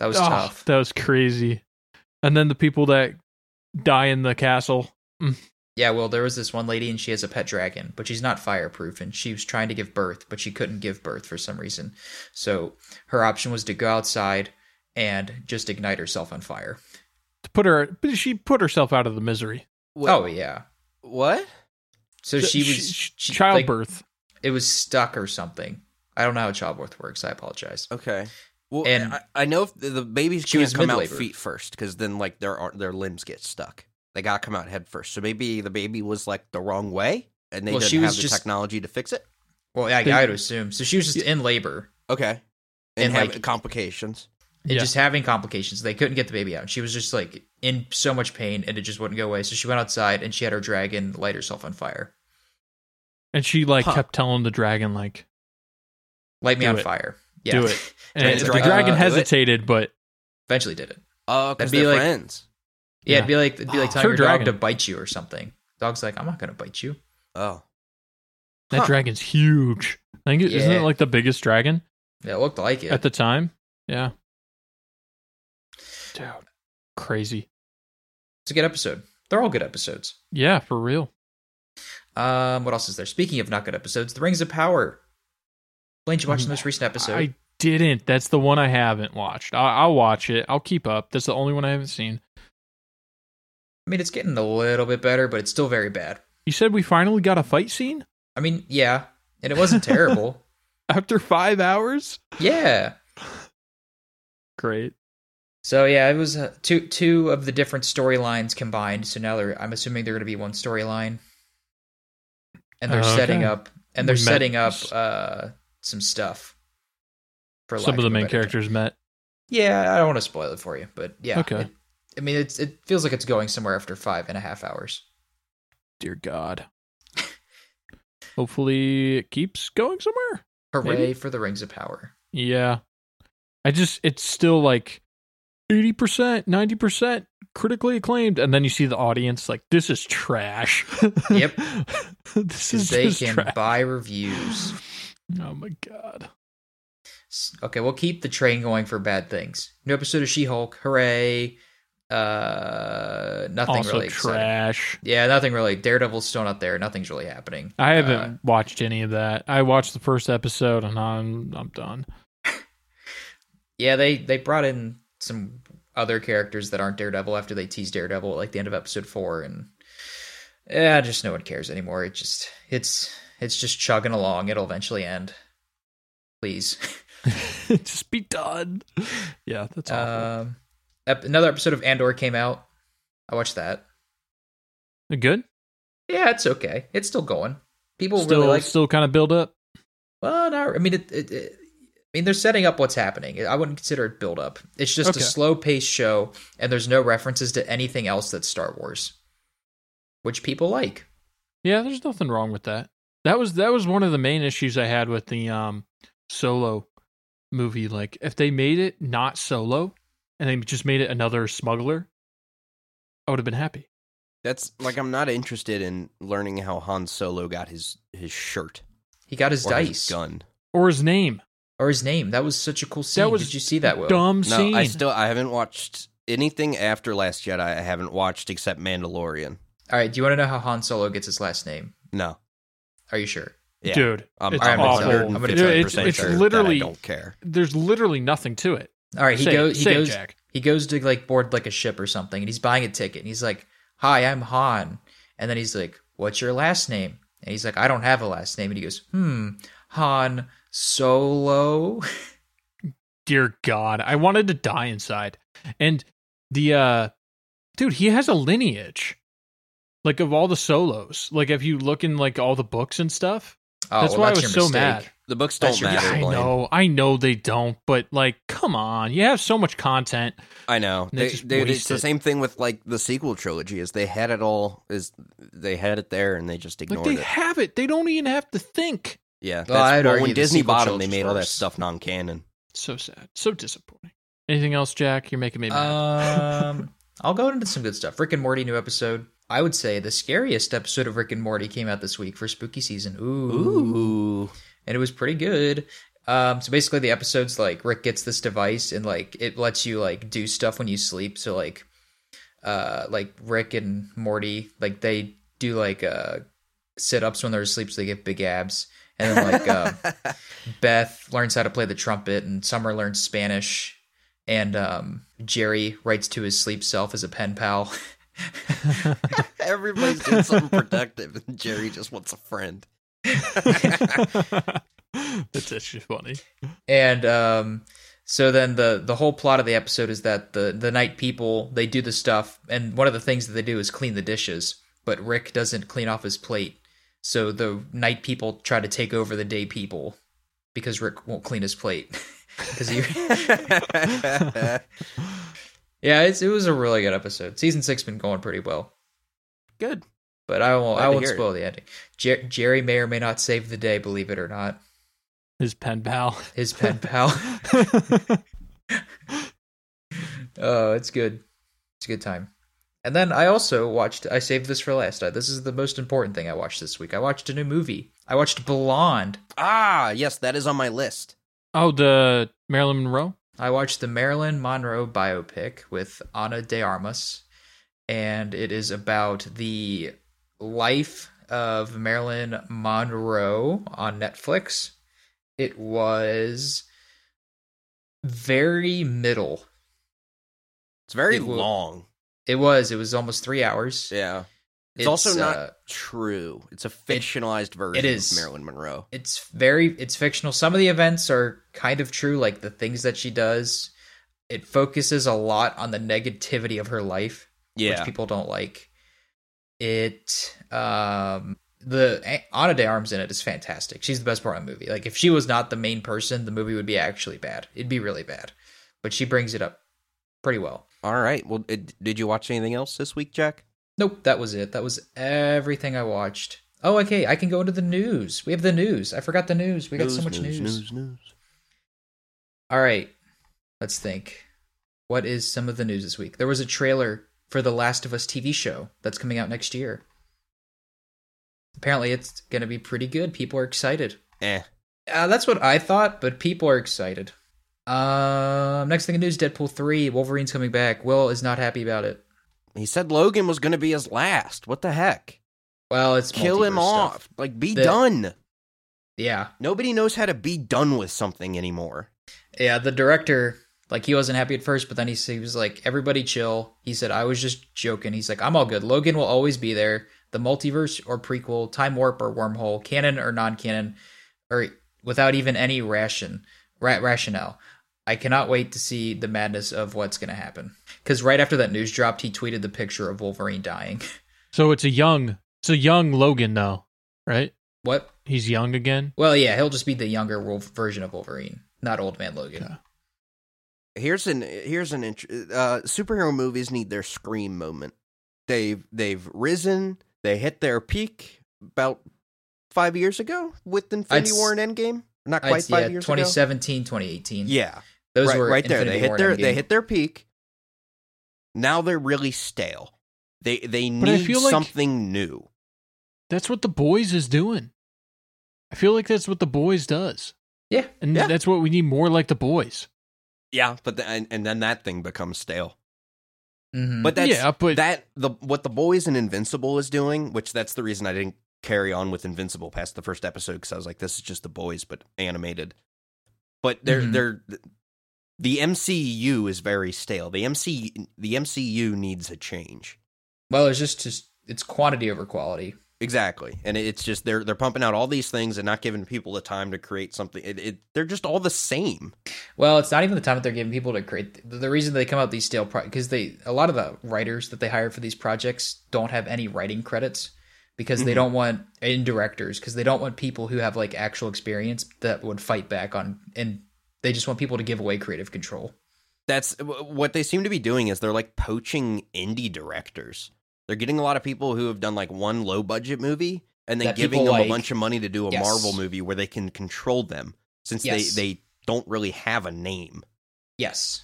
That was Oh, tough. That was crazy. And then the people that die in the castle. Yeah, well, there was this one lady and she has a pet dragon, but she's not fireproof and she was trying to give birth, but she couldn't give birth for some reason. So her option was to go outside and just ignite herself on fire. To put her, but she put herself out of the misery. oh, yeah. What? So she was Sh- she- like, childbirth. it was stuck or something. I don't know how childbirth works. I apologize. Okay. Well, And- I, I know if the, the babies She can't was come out mid-labor. feet first because then like their ar- their limbs get stuck. They gotta come out head first. So maybe the baby was like the wrong way, and they Well, didn't she have was the just- technology to fix it. Well, yeah, I would assume. So she was just in labor Okay, and, And, have like- complications. and Yeah. just having complications. They couldn't get the baby out. She was just like in so much pain and it just wouldn't go away. So she went outside and she had her dragon light herself on fire. And she like Huh. kept telling the dragon like Light me Do on it. fire. Yeah. Do it. And Dragon- the Dragon- dragon uh, hesitated, but [LAUGHS] Eventually did it. Oh, That'd because be they're like- friends. Yeah, Yeah. it'd be like it'd be like Oh, telling it's your her dog to dragon. bite you or something. Dog's like, I'm not gonna bite you. Oh, that Huh. dragon's huge. I think it, isn't Yeah. it like the biggest dragon Yeah, it looked like it. at the time? Yeah. Dude, crazy. it's a good episode. They're all good episodes. Yeah, for real. Um, what else is there? Speaking of not good episodes, The Rings of Power. Blaine, did you watch the most recent episode? Mm, I didn't. That's the one I haven't watched. I, I'll watch it. I'll keep up. That's the only one I haven't seen. I mean, it's getting a little bit better, but it's still very bad. You said we finally got a fight scene I mean, yeah, and it wasn't terrible. [LAUGHS] after five hours. Yeah. Great. So yeah, it was uh, two two of the different storylines combined. So now they're I'm assuming they're going to be one storyline, and they're Oh, Okay. setting up and they're We met setting up s- uh some stuff for Some lack of the a main better term. characters met. Yeah, I don't want to spoil it for you, but yeah. Okay. it- I mean, it's it feels like it's going somewhere after five and a half hours. [LAUGHS] Dear God. Hopefully it keeps going somewhere. Hooray Maybe. for the Rings of Power. Yeah. I just it's still like 80%, 90% critically acclaimed and then you see the audience like this is trash. [LAUGHS] Yep. [LAUGHS] this Because is they just can trash. buy reviews. Oh my god. S- Okay, we'll keep the train going for bad things. New episode of She Hulk. Hooray. Uh, nothing also really exciting. trash. Yeah, nothing really. Daredevil's still not there. Nothing's really happening. I haven't Uh, watched any of that. I watched the first episode and I'm I'm done. yeah, they they brought in some other characters that aren't Daredevil after they teased Daredevil at like the end of episode four, and yeah, just no one cares anymore. It just it's it's just chugging along. It'll eventually end. Please. [LAUGHS] just be done. Yeah, that's Uh, awful. Um, ep- another episode of Andor came out. I watched that. Good. Yeah, it's okay. It's still going. People Still really like. still kind of build up. Well, not, I mean, it, it, it, I mean, they're setting up what's happening. I wouldn't consider it build up. It's just Okay. a slow paced show, and there's no references to anything else that's Star Wars, which people like. Yeah, there's nothing wrong with that. That was that was one of the main issues I had with the um solo movie. Like if they made it not solo and they just made it another smuggler, I would have been happy. That's like I'm not interested in learning how Han Solo got his his shirt He got his or his dice gun. Or his name. or his name. That was such a cool scene. was Did you see that? Will? Dumb No, scene. I still I haven't watched anything after Last Jedi. I haven't watched except Mandalorian. All right. Do you want to know how Han Solo gets his last name? No, Are you sure? yeah. Dude, I'm, it's I'm awful. 150% I'm gonna Dude, it's, sure it's that literally I don't care. there's literally nothing to it. All right. He Say it. goes. He Say it, goes. Jack. He goes to like board like a ship or something, and he's buying a ticket. And he's like, "Hi, I'm Han," and then he's like, "What's your last name?" And he's like, "I don't have a last name." And he goes, "Hmm, Han Solo." [LAUGHS] Dear God, I wanted to die inside. And the uh dude, he has a lineage. Like of all the solos. Like if you look in like all the books and stuff, Oh, That's well, why I your was so mistake. mad. The books That's don't your- matter. Yeah, I Blaine. know, I know they don't, but like, come on, you have so much content. I know. They They, just dude, waste it's the it. same thing with like the sequel trilogy. Is they had it all. Is they had it there and they just Like ignored they it. have it, they don't even have to think. Yeah. Well, I'd that's, well, argue when the Disney sequel bought them, they trilogy's made all that worse. stuff non-canon. So sad, so disappointing. Anything else, Jack? You're making me mad. Um, [LAUGHS] I'll go into some good stuff. Rick and Morty new episode. I would say the scariest episode of Rick and Morty came out this week for spooky season. Ooh. and it was pretty good. Um, so basically, the episode's like Rick gets this device and like it lets you like do stuff when you sleep. So like, uh, like Rick and Morty like they do like uh sit ups when they're asleep, so they get big abs. And then like uh, Beth learns how to play the trumpet, and Summer learns Spanish, and um, Jerry writes to his sleep self as a pen pal. [LAUGHS] [LAUGHS] Everybody's doing something productive, and Jerry just wants [LAUGHS] a friend. [LAUGHS] [LAUGHS] That's actually funny. and um so then the the whole plot of the episode is that the the night people they do the stuff and one of the things that they do is clean the dishes but rick doesn't clean off his plate so the night people try to take over the day people because rick won't clean his plate [LAUGHS] because he yeah it's, it was a really good episode season six been going pretty well Good. but i won't Glad i to won't hear it. spoil the ending Jer- jerry may or may not save the day believe it or not His pen pal. [LAUGHS] his pen [LAUGHS] pal Oh, it's good. It's a good time. And then I also watched. I saved this for last. Uh, This is the most important thing I watched this week. I watched a new movie. I watched Blonde. Ah, yes, that is on my list. oh, the Marilyn Monroe. I watched the Marilyn Monroe biopic with Ana de Armas, and it is about the life of Marilyn Monroe on Netflix. It was very middle. It's very It will- long. It was. It was almost three hours. Yeah, it's, also not uh, true. It's a fictionalized version is. of Marilyn Monroe. it's very it's fictional some of the events are kind of true like the things that she does it focuses a lot on the negativity of her life which Yeah, people don't like it um the Anna de Arms in it is fantastic. She's the best part of the movie. Like if she was not the main person, the movie would be actually bad. It'd be really bad. But she brings it up pretty well. All right. Well, it, did you watch anything else this week, Jack? Nope, that was it. That was everything I watched. Oh, okay. I can go into the news. We have the news. I forgot the news. We got so much news. news, news. All right. Let's think. What is some of the news this week? There was a trailer for The Last of Us TV show that's coming out next year. Apparently, it's going to be pretty good. People are excited. Eh. Uh, that's what I thought, but people are excited. Um, next thing in news Deadpool 3. Wolverine's coming back. Will is not happy about it. He said Logan was going to be his last. What the heck? Well, it's Kill him multiverse stuff. off. Like, be The- done. Yeah. Nobody knows how to be done with something anymore. Yeah, the director, like, he wasn't happy at first, but then he, s- he was like, everybody chill. He said, I was just joking. He's like, I'm all good. Logan will always be there. The multiverse or prequel, time warp or wormhole, canon or non canon, or without even any ration, ra- rationale. I cannot wait to see the madness of what's going to happen. Because right after that news dropped, he tweeted the picture of Wolverine dying. [LAUGHS] So it's a young, it's a young Logan now, right? what? He's young again. Well, yeah, he'll just be the younger wolf version of Wolverine, not old man Logan. Okay. Here's an here's an int- uh superhero movies need their scream moment. They've they've risen, they hit their peak about 5 years ago with Infinity I'd s- War and Endgame. Not I'd quite s- 5 yeah, years 2017, ago. 2018. Yeah. those right, were right there. Infinity They War hit and their Endgame. they hit their peak. Now they're really stale. They they But I need feel like- something new. That's what the boys is doing. I feel like that's what the boys does, Yeah, and Yeah. that's what we need more like the boys. Yeah, but the, and, and then that thing becomes stale. Mhm. But that's yeah, but that the what the boys in Invincible is doing, which that's the reason I didn't carry on with Invincible past the first episode because I was like, this is just the boys but animated. But they're Mm-hmm. Mhm. they're the MCU is very stale. The MC the MCU needs a change. well, it's just just it's quantity over quality. Exactly, and it- it's just they're they're pumping out all these things and not giving people the time to create something. It, it they're just all the same. Well, it's not even the time that they're giving people to create. The, the reason they come out with these stale because they a lot of the writers that they hire for these projects don't have any writing credits because they Mhm. don't want and directors because they don't want people who have like actual experience that would fight back on and they just want people to give away creative control. That's wh- what they seem to be doing is they're like poaching indie directors. They're getting a lot of people who have done like one low budget movie and then That giving people them like. a bunch of money to do a Yes. Marvel movie where they can control them since Yes. they they don't really have a name. Yes.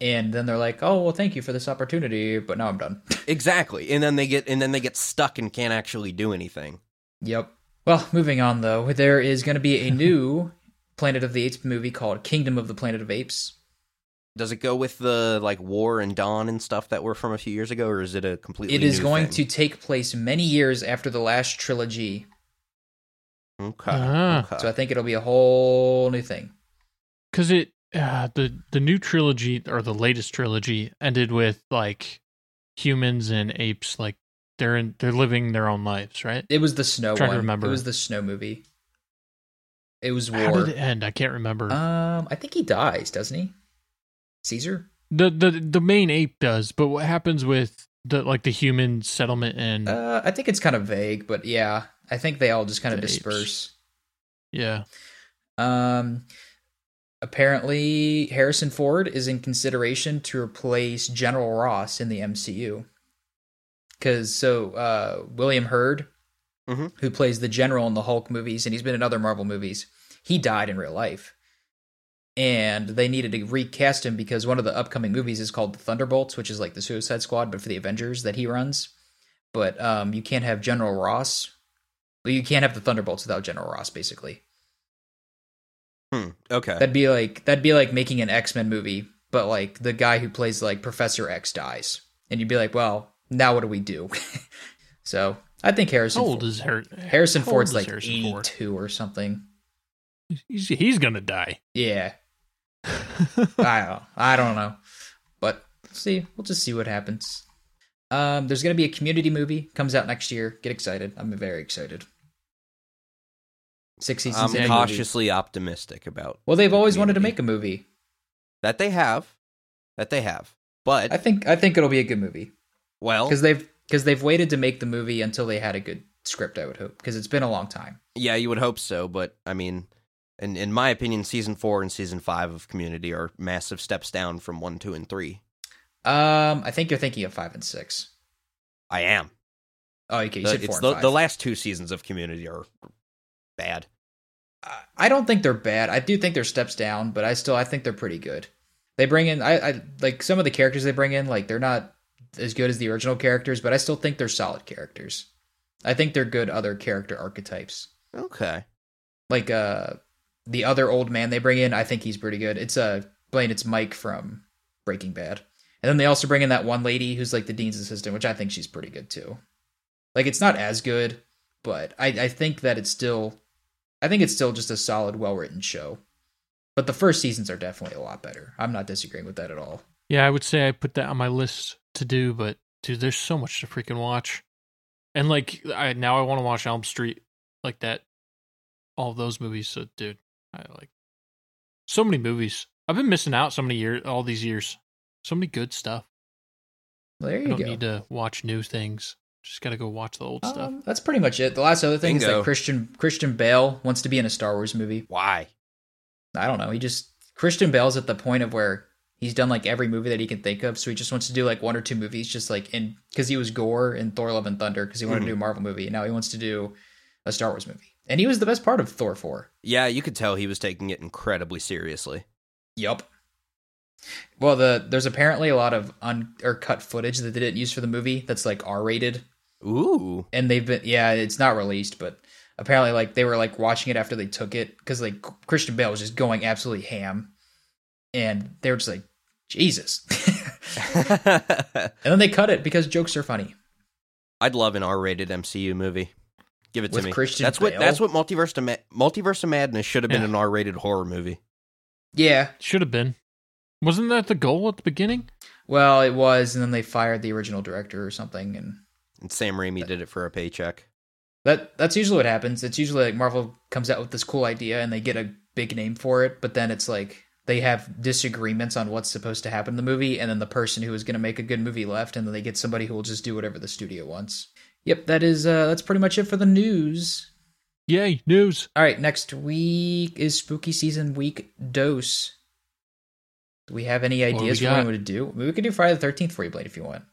And then they're like, "Oh, well, thank you for this opportunity, but now I'm done." Exactly, and then they get and then they get stuck and can't actually do anything. Yep. Well, moving on though, there is going to be [LAUGHS] a new Planet of the Apes movie called Kingdom of the Planet of Apes. Does it go with the like War and Dawn and stuff that were from a few years ago, or is it a completely? It is new going to thing? take place many years after the last trilogy, Okay. Ah. okay. so I think it'll be a whole new thing. because it uh, the the new trilogy or the latest trilogy ended with like humans and apes like they're in, they're living their own lives, right? It was the snow Trying to one. remember. It was the snow movie. It was How war. did it end? I can't remember. um, I think he dies, doesn't he? Caesar. the the the main ape does, but what happens with the like the human settlement and Uh, I think it's kind of vague, but yeah, I think they all just kind of The apes. disperse. yeah? Um, apparently, Harrison Ford is in consideration to replace General Ross in the MCU. Because so uh, William Hurd, Mhm. who plays the general in the Hulk movies, and he's been in other Marvel movies, he died in real life. And they needed to recast him because one of the upcoming movies is called The Thunderbolts, which is like the Suicide Squad, but for the Avengers that he runs. But um, you can't have General Ross. Well, you can't have the Thunderbolts without General Ross, basically. Hmm, okay. That'd be like that'd be like making an X Men movie, but like the guy who plays like Professor X dies, and you'd be like, well, now what do we do? [LAUGHS] so I think Harrison How old Ford- is Har- Harrison how old Ford's is like Harrison eighty Ford? two or something. He's, he's gonna die. [LAUGHS] Yeah, I don't, I don't know, but see, we'll just see what happens. Um, there's gonna be a community movie comes out next year. Get excited! I'm very excited. Six seasons. in I'm a movie. cautiously optimistic about Well, they've always wanted to Community. make a movie. that they have, that they have. But I think I think it'll be a good movie. well, because they've because they've waited to make the movie until they had a good script. I would hope because it's been a long time. yeah, you would hope so. But I mean, in in my opinion, season four and season five of Community are massive steps down from one, two, and three. Um, I think you're thinking of five and six. I am. Oh, okay. You The- said four it's and the, five. the last two seasons of Community are bad. I- I don't think they're bad. I do think they're steps down, but I still I think they're pretty good. They bring in I, I like some of the characters they bring in, like they're not as good as the original characters, but I still think they're solid characters. I think they're good other character archetypes. Okay. Like uh the other old man they bring in, I think he's pretty good. It's uh Blaine, it's Mike from Breaking Bad. And then they also bring in that one lady who's like the dean's assistant, which I think she's pretty good too. Like it's not as good, but I, I think that it's still I think it's still just a solid, well written show. But the first seasons are definitely a lot better. I'm not disagreeing with that at all. Yeah, I would say I put that on my list to do, but dude, there's so much to freaking watch. And like I now I want to watch Elm Street like that all those movies, so dude, I like so many movies. I've been missing out so many years all these years. So many good stuff. Well, there I you don't go. need to watch new things. Just got to go watch the old stuff. Um, that's pretty much it. The last other thing is Bingo. that Christian Christian Bale wants to be in a Star Wars movie. Why? I don't know. He just Christian Bale's at the point of where he's done like every movie that he can think of, so he just wants to do like one or two movies, just like in because he was Gore in Thor: Love and Thunder because he wanted to do a Marvel movie, and now he wants to do a Star Wars movie. And he was the best part of Thor four. Yeah, you could tell he was taking it incredibly seriously. Yup. Well, the there's apparently a lot of un or cut footage that they didn't use for the movie that's like R rated, Ooh. [LAUGHS] and they've been yeah, it's not released, but apparently like they were like watching it after they took it because like Christian Bale was just going absolutely ham, and they were just like Jesus. [LAUGHS] I'd And then they cut it because jokes are funny. love an R-rated MCU movie. Give it With to me. Christian that's Bale? what that's what Multiverse of Ma- Multiverse of Madness should have been Yeah. an R-rated horror movie. Yeah. Should have been. Wasn't that the goal at the beginning? Well, it was, and then they fired the original director or something, and And Sam Raimi did it for a paycheck. that that's usually what happens. It's usually like Marvel comes out with this cool idea and they get a big name for it, but then it's like they have disagreements on what's supposed to happen in the movie, and then the person who is going to make a good movie left, and then they get somebody who will just do whatever the studio wants. Yep, that is uh, that's pretty much it for the news. Yay, news. All right, next week is spooky season week dose. Do we have any do we ideas for what got? I'm going to do? We could do Friday the 13th for you, Blade, if you want.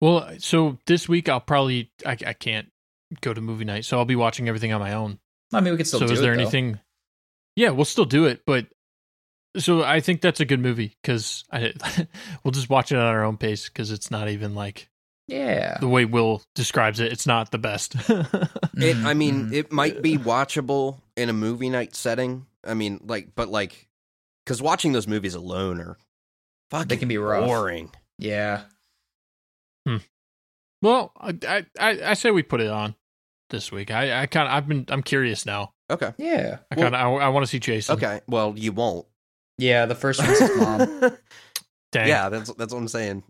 Well, uh, so this week I'll probably I, I can't go to movie night, so I'll be watching everything on my own. I mean, we could still so do is there it, though. anything? Yeah, we'll still do it, but so I think that's a good movie because [LAUGHS] we'll just watch it on our own pace because it's not even like Yeah. the way Will describes it. It's not the best. [LAUGHS] Mm-hmm. It, Mhm, I mean, mhm. it might be watchable in a movie night setting. I mean, like, but like, because watching those movies alone are fucking can be rough. boring. yeah. well, I, I I I say we put it on this week. I I kind of I've been I'm curious now. Okay, Yeah. I Well- kind of I, I want to see Jason. okay. Well, you won't. Yeah, the first one's his [LAUGHS] mom. Dang. yeah, that's that's what I'm saying.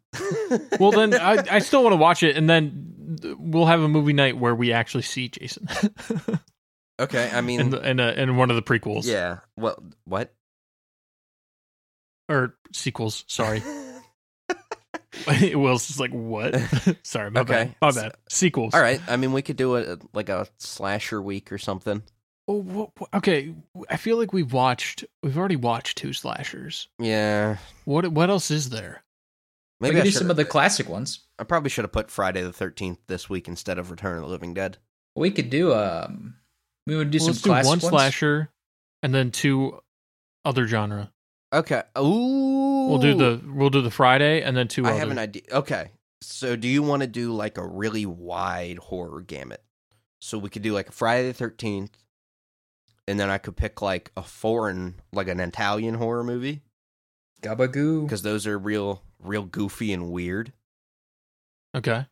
Well, then I, I still want to watch it, and then we'll have a movie night where we actually see Jason [LAUGHS] [LAUGHS] okay. I mean, in the, in, a, in one of the prequels yeah. Well, what? or sequels. [LAUGHS] Sorry, [LAUGHS] Will's just like what? [LAUGHS] sorry, my Okay. bad. My bad. Sequels. All right. I mean, we could do a like a slasher week or something. Oh, wha- wha- okay. I feel like we've watched. We've already watched two slashers. Yeah. What What else is there? Maybe Maybe I, do some should've- of the classic ones. I probably should have put Friday the 13th this week instead of Return of the Living Dead. We could do um we would do some Well, let's do classic one ones. slasher, and then two other genre. Okay. Ooh. We'll do the We'll do the Friday, and then two. I other. have an idea. Okay. So do you want to do like a really wide horror gamut? So we could do like a Friday the 13th and then I could pick like a foreign like an Italian horror movie Gabagoo. because those are real real goofy and weird. Okay.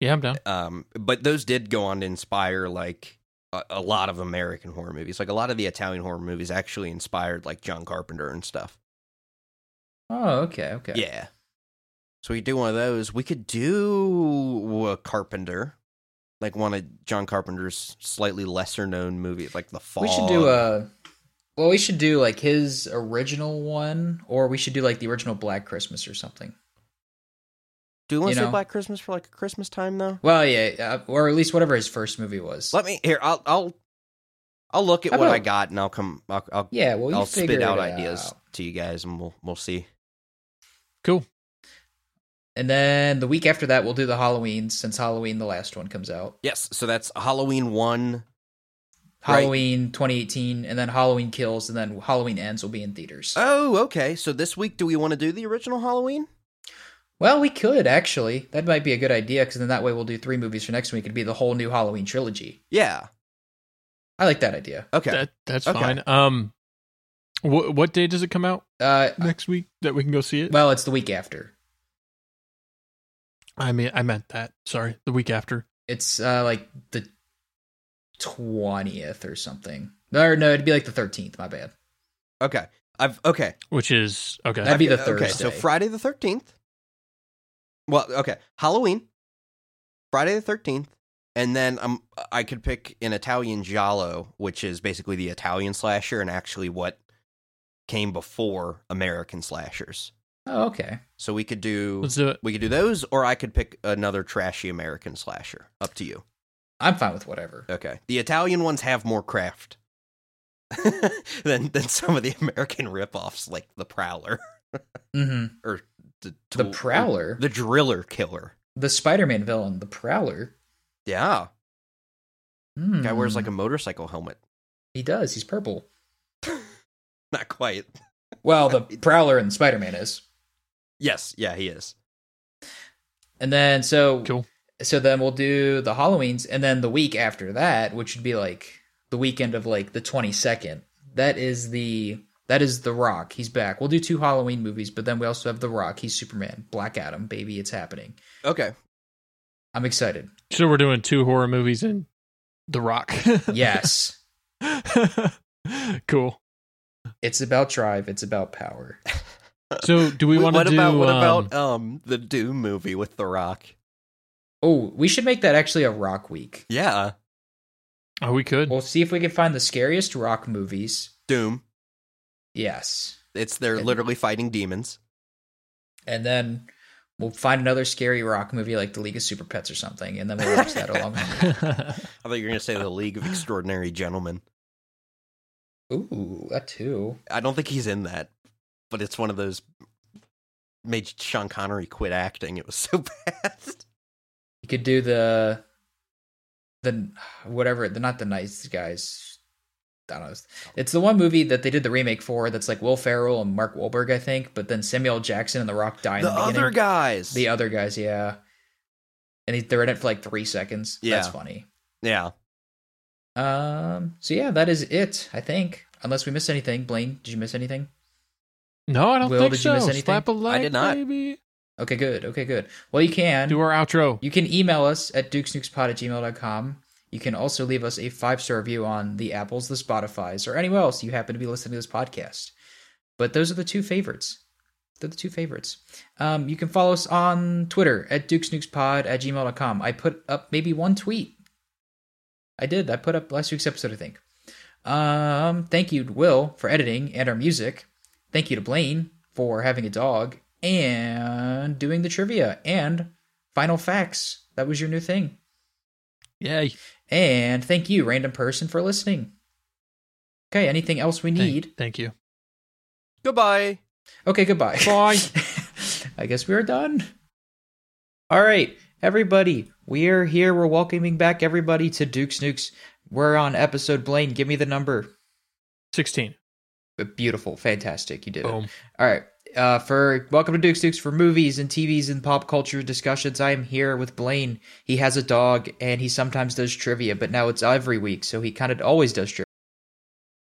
Yeah, I'm down. Um but those did go on to inspire like a, a lot of American horror movies. Like a lot of the Italian horror movies actually inspired like John Carpenter and stuff. Oh, okay, okay. Yeah. So we could do one of those. We could do a Carpenter, like one of John Carpenter's slightly lesser known movies, like The Fall. We should do a well, we should do like his original one, or we should do like the original Black Christmas or something. Do you want you to say know. Black Christmas for like a Christmas time though? Well, yeah, uh, or at least whatever his first movie was. Let me here. I'll I'll I'll look at How what I about- got and I'll come. I'll I'll, yeah, well, you I'll figure spit it out out ideas to you guys and we'll we'll see. Cool. And then the week after that, we'll do the Halloween since Halloween, the last one, comes out. Yes, so that's Halloween one. Right. Halloween 2018, and then Halloween Kills, and then Halloween Ends will be in theaters. Oh, okay. So this week, do we want to do the original Halloween? well, we could actually. That might be a good idea because then that way we'll do three movies for next week. It'd be the whole new Halloween trilogy. Yeah. I like that idea. Okay. That that's Okay. fine. Um, what what day does it come out Uh, next week that we can go see it? well, it's the week after. I mean, I meant that. Sorry, the week after. It's uh, like the 20th or something. Or no, it'd be like the 13th. My bad. okay. I've okay. Which is okay. That'd be the I've- Okay, so Thursday. Friday the thirteenth. Well, okay, Halloween, Friday the thirteenth, and then um, I could pick an Italian giallo, which is basically the Italian slasher, and actually what came before American slashers. Oh, okay. So we could do Let's do it. we could do those, or I could pick another trashy American slasher. Up to you. I'm fine with whatever. Okay, the Italian ones have more craft [LAUGHS] than than some of the American ripoffs, like the Prowler. [LAUGHS] hmm The, The Tool- Prowler, the driller killer. the Spider-Man villain, the Prowler. Yeah, guy wears Hmm. like a motorcycle helmet. [LAUGHS] He does. He's purple. Not quite. Well, the [LAUGHS] Prowler and Spider Man is. Yes, yeah, he is. And then so Cool. so then we'll do the Halloweens and then the week after that, which would be like the weekend of like the 22nd. That is the that is The Rock. He's back. We'll do two Halloween movies, but then we also have The Rock. He's Superman, Black Adam, baby, it's happening. Okay, I'm excited. So we're doing two horror movies and The Rock. [LAUGHS] Yes. cool. it's about drive, it's about power. So do we Wh- want to what do? about what um, about um the Doom movie with The Rock? Oh, we should make that actually a rock week. Yeah, Oh, we could. We'll see if we can find the scariest rock movies. Doom. Yes. It's they're And- literally fighting demons. and then we'll find another scary rock movie like the League of Super Pets or something, and then we'll watch that along. [LAUGHS] I thought you were gonna say the League of Extraordinary Gentlemen. Ooh, that too. I don't think he's in that, but it's one of those made Sean Connery quit acting. It was so [LAUGHS] bad. You could do the the whatever the not the nice guys. I don't know. It's the one movie that they did the remake for that's like Will Ferrell and Mark Wahlberg, I think, but then Samuel Jackson and The Rock die in the the, beginning. other guys. The other guys, yeah. And he- they're in it for like three seconds. That's Yeah. funny. yeah. Um. So yeah, that is it. I think, unless we missed anything. Blaine, did you miss anything? [LAUGHS] no, I don't Will, think did you so. miss anything? Slap a like, did not. baby. Okay, good. Okay, good. Well, you can. Do our outro. You can email us at dukesnukespod at gmail.com. You can also leave us a five star review on the Apples, the Spotify's, or anywhere else you happen to be listening to this podcast. But those are the two favorites. They're the two favorites. Um, you can follow us on Twitter at dukesnukespod at gmail.com. I put up maybe one tweet. I did. I put up last week's episode, I think. Um, thank you, Will, for editing and our music. Thank you to Blaine for having a dog and doing the trivia and Final facts. That was your new thing. Yay. And thank you, random person, for listening. Okay, anything else we Thank- need? Thank, you. Goodbye. Okay, goodbye. [LAUGHS] Bye. [LAUGHS] I guess we are done. All right, everybody, we are here. We're welcoming back everybody to Duke's Nukes. We're on episode Blaine. Give me the number. 16. Beautiful, fantastic. You did it. Boom. All right. Uh, for welcome to Duke's Dukes for movies and TVs and pop culture discussions. I am here with Blaine. He has a dog and he sometimes does trivia, but now it's every week, so he kind of always does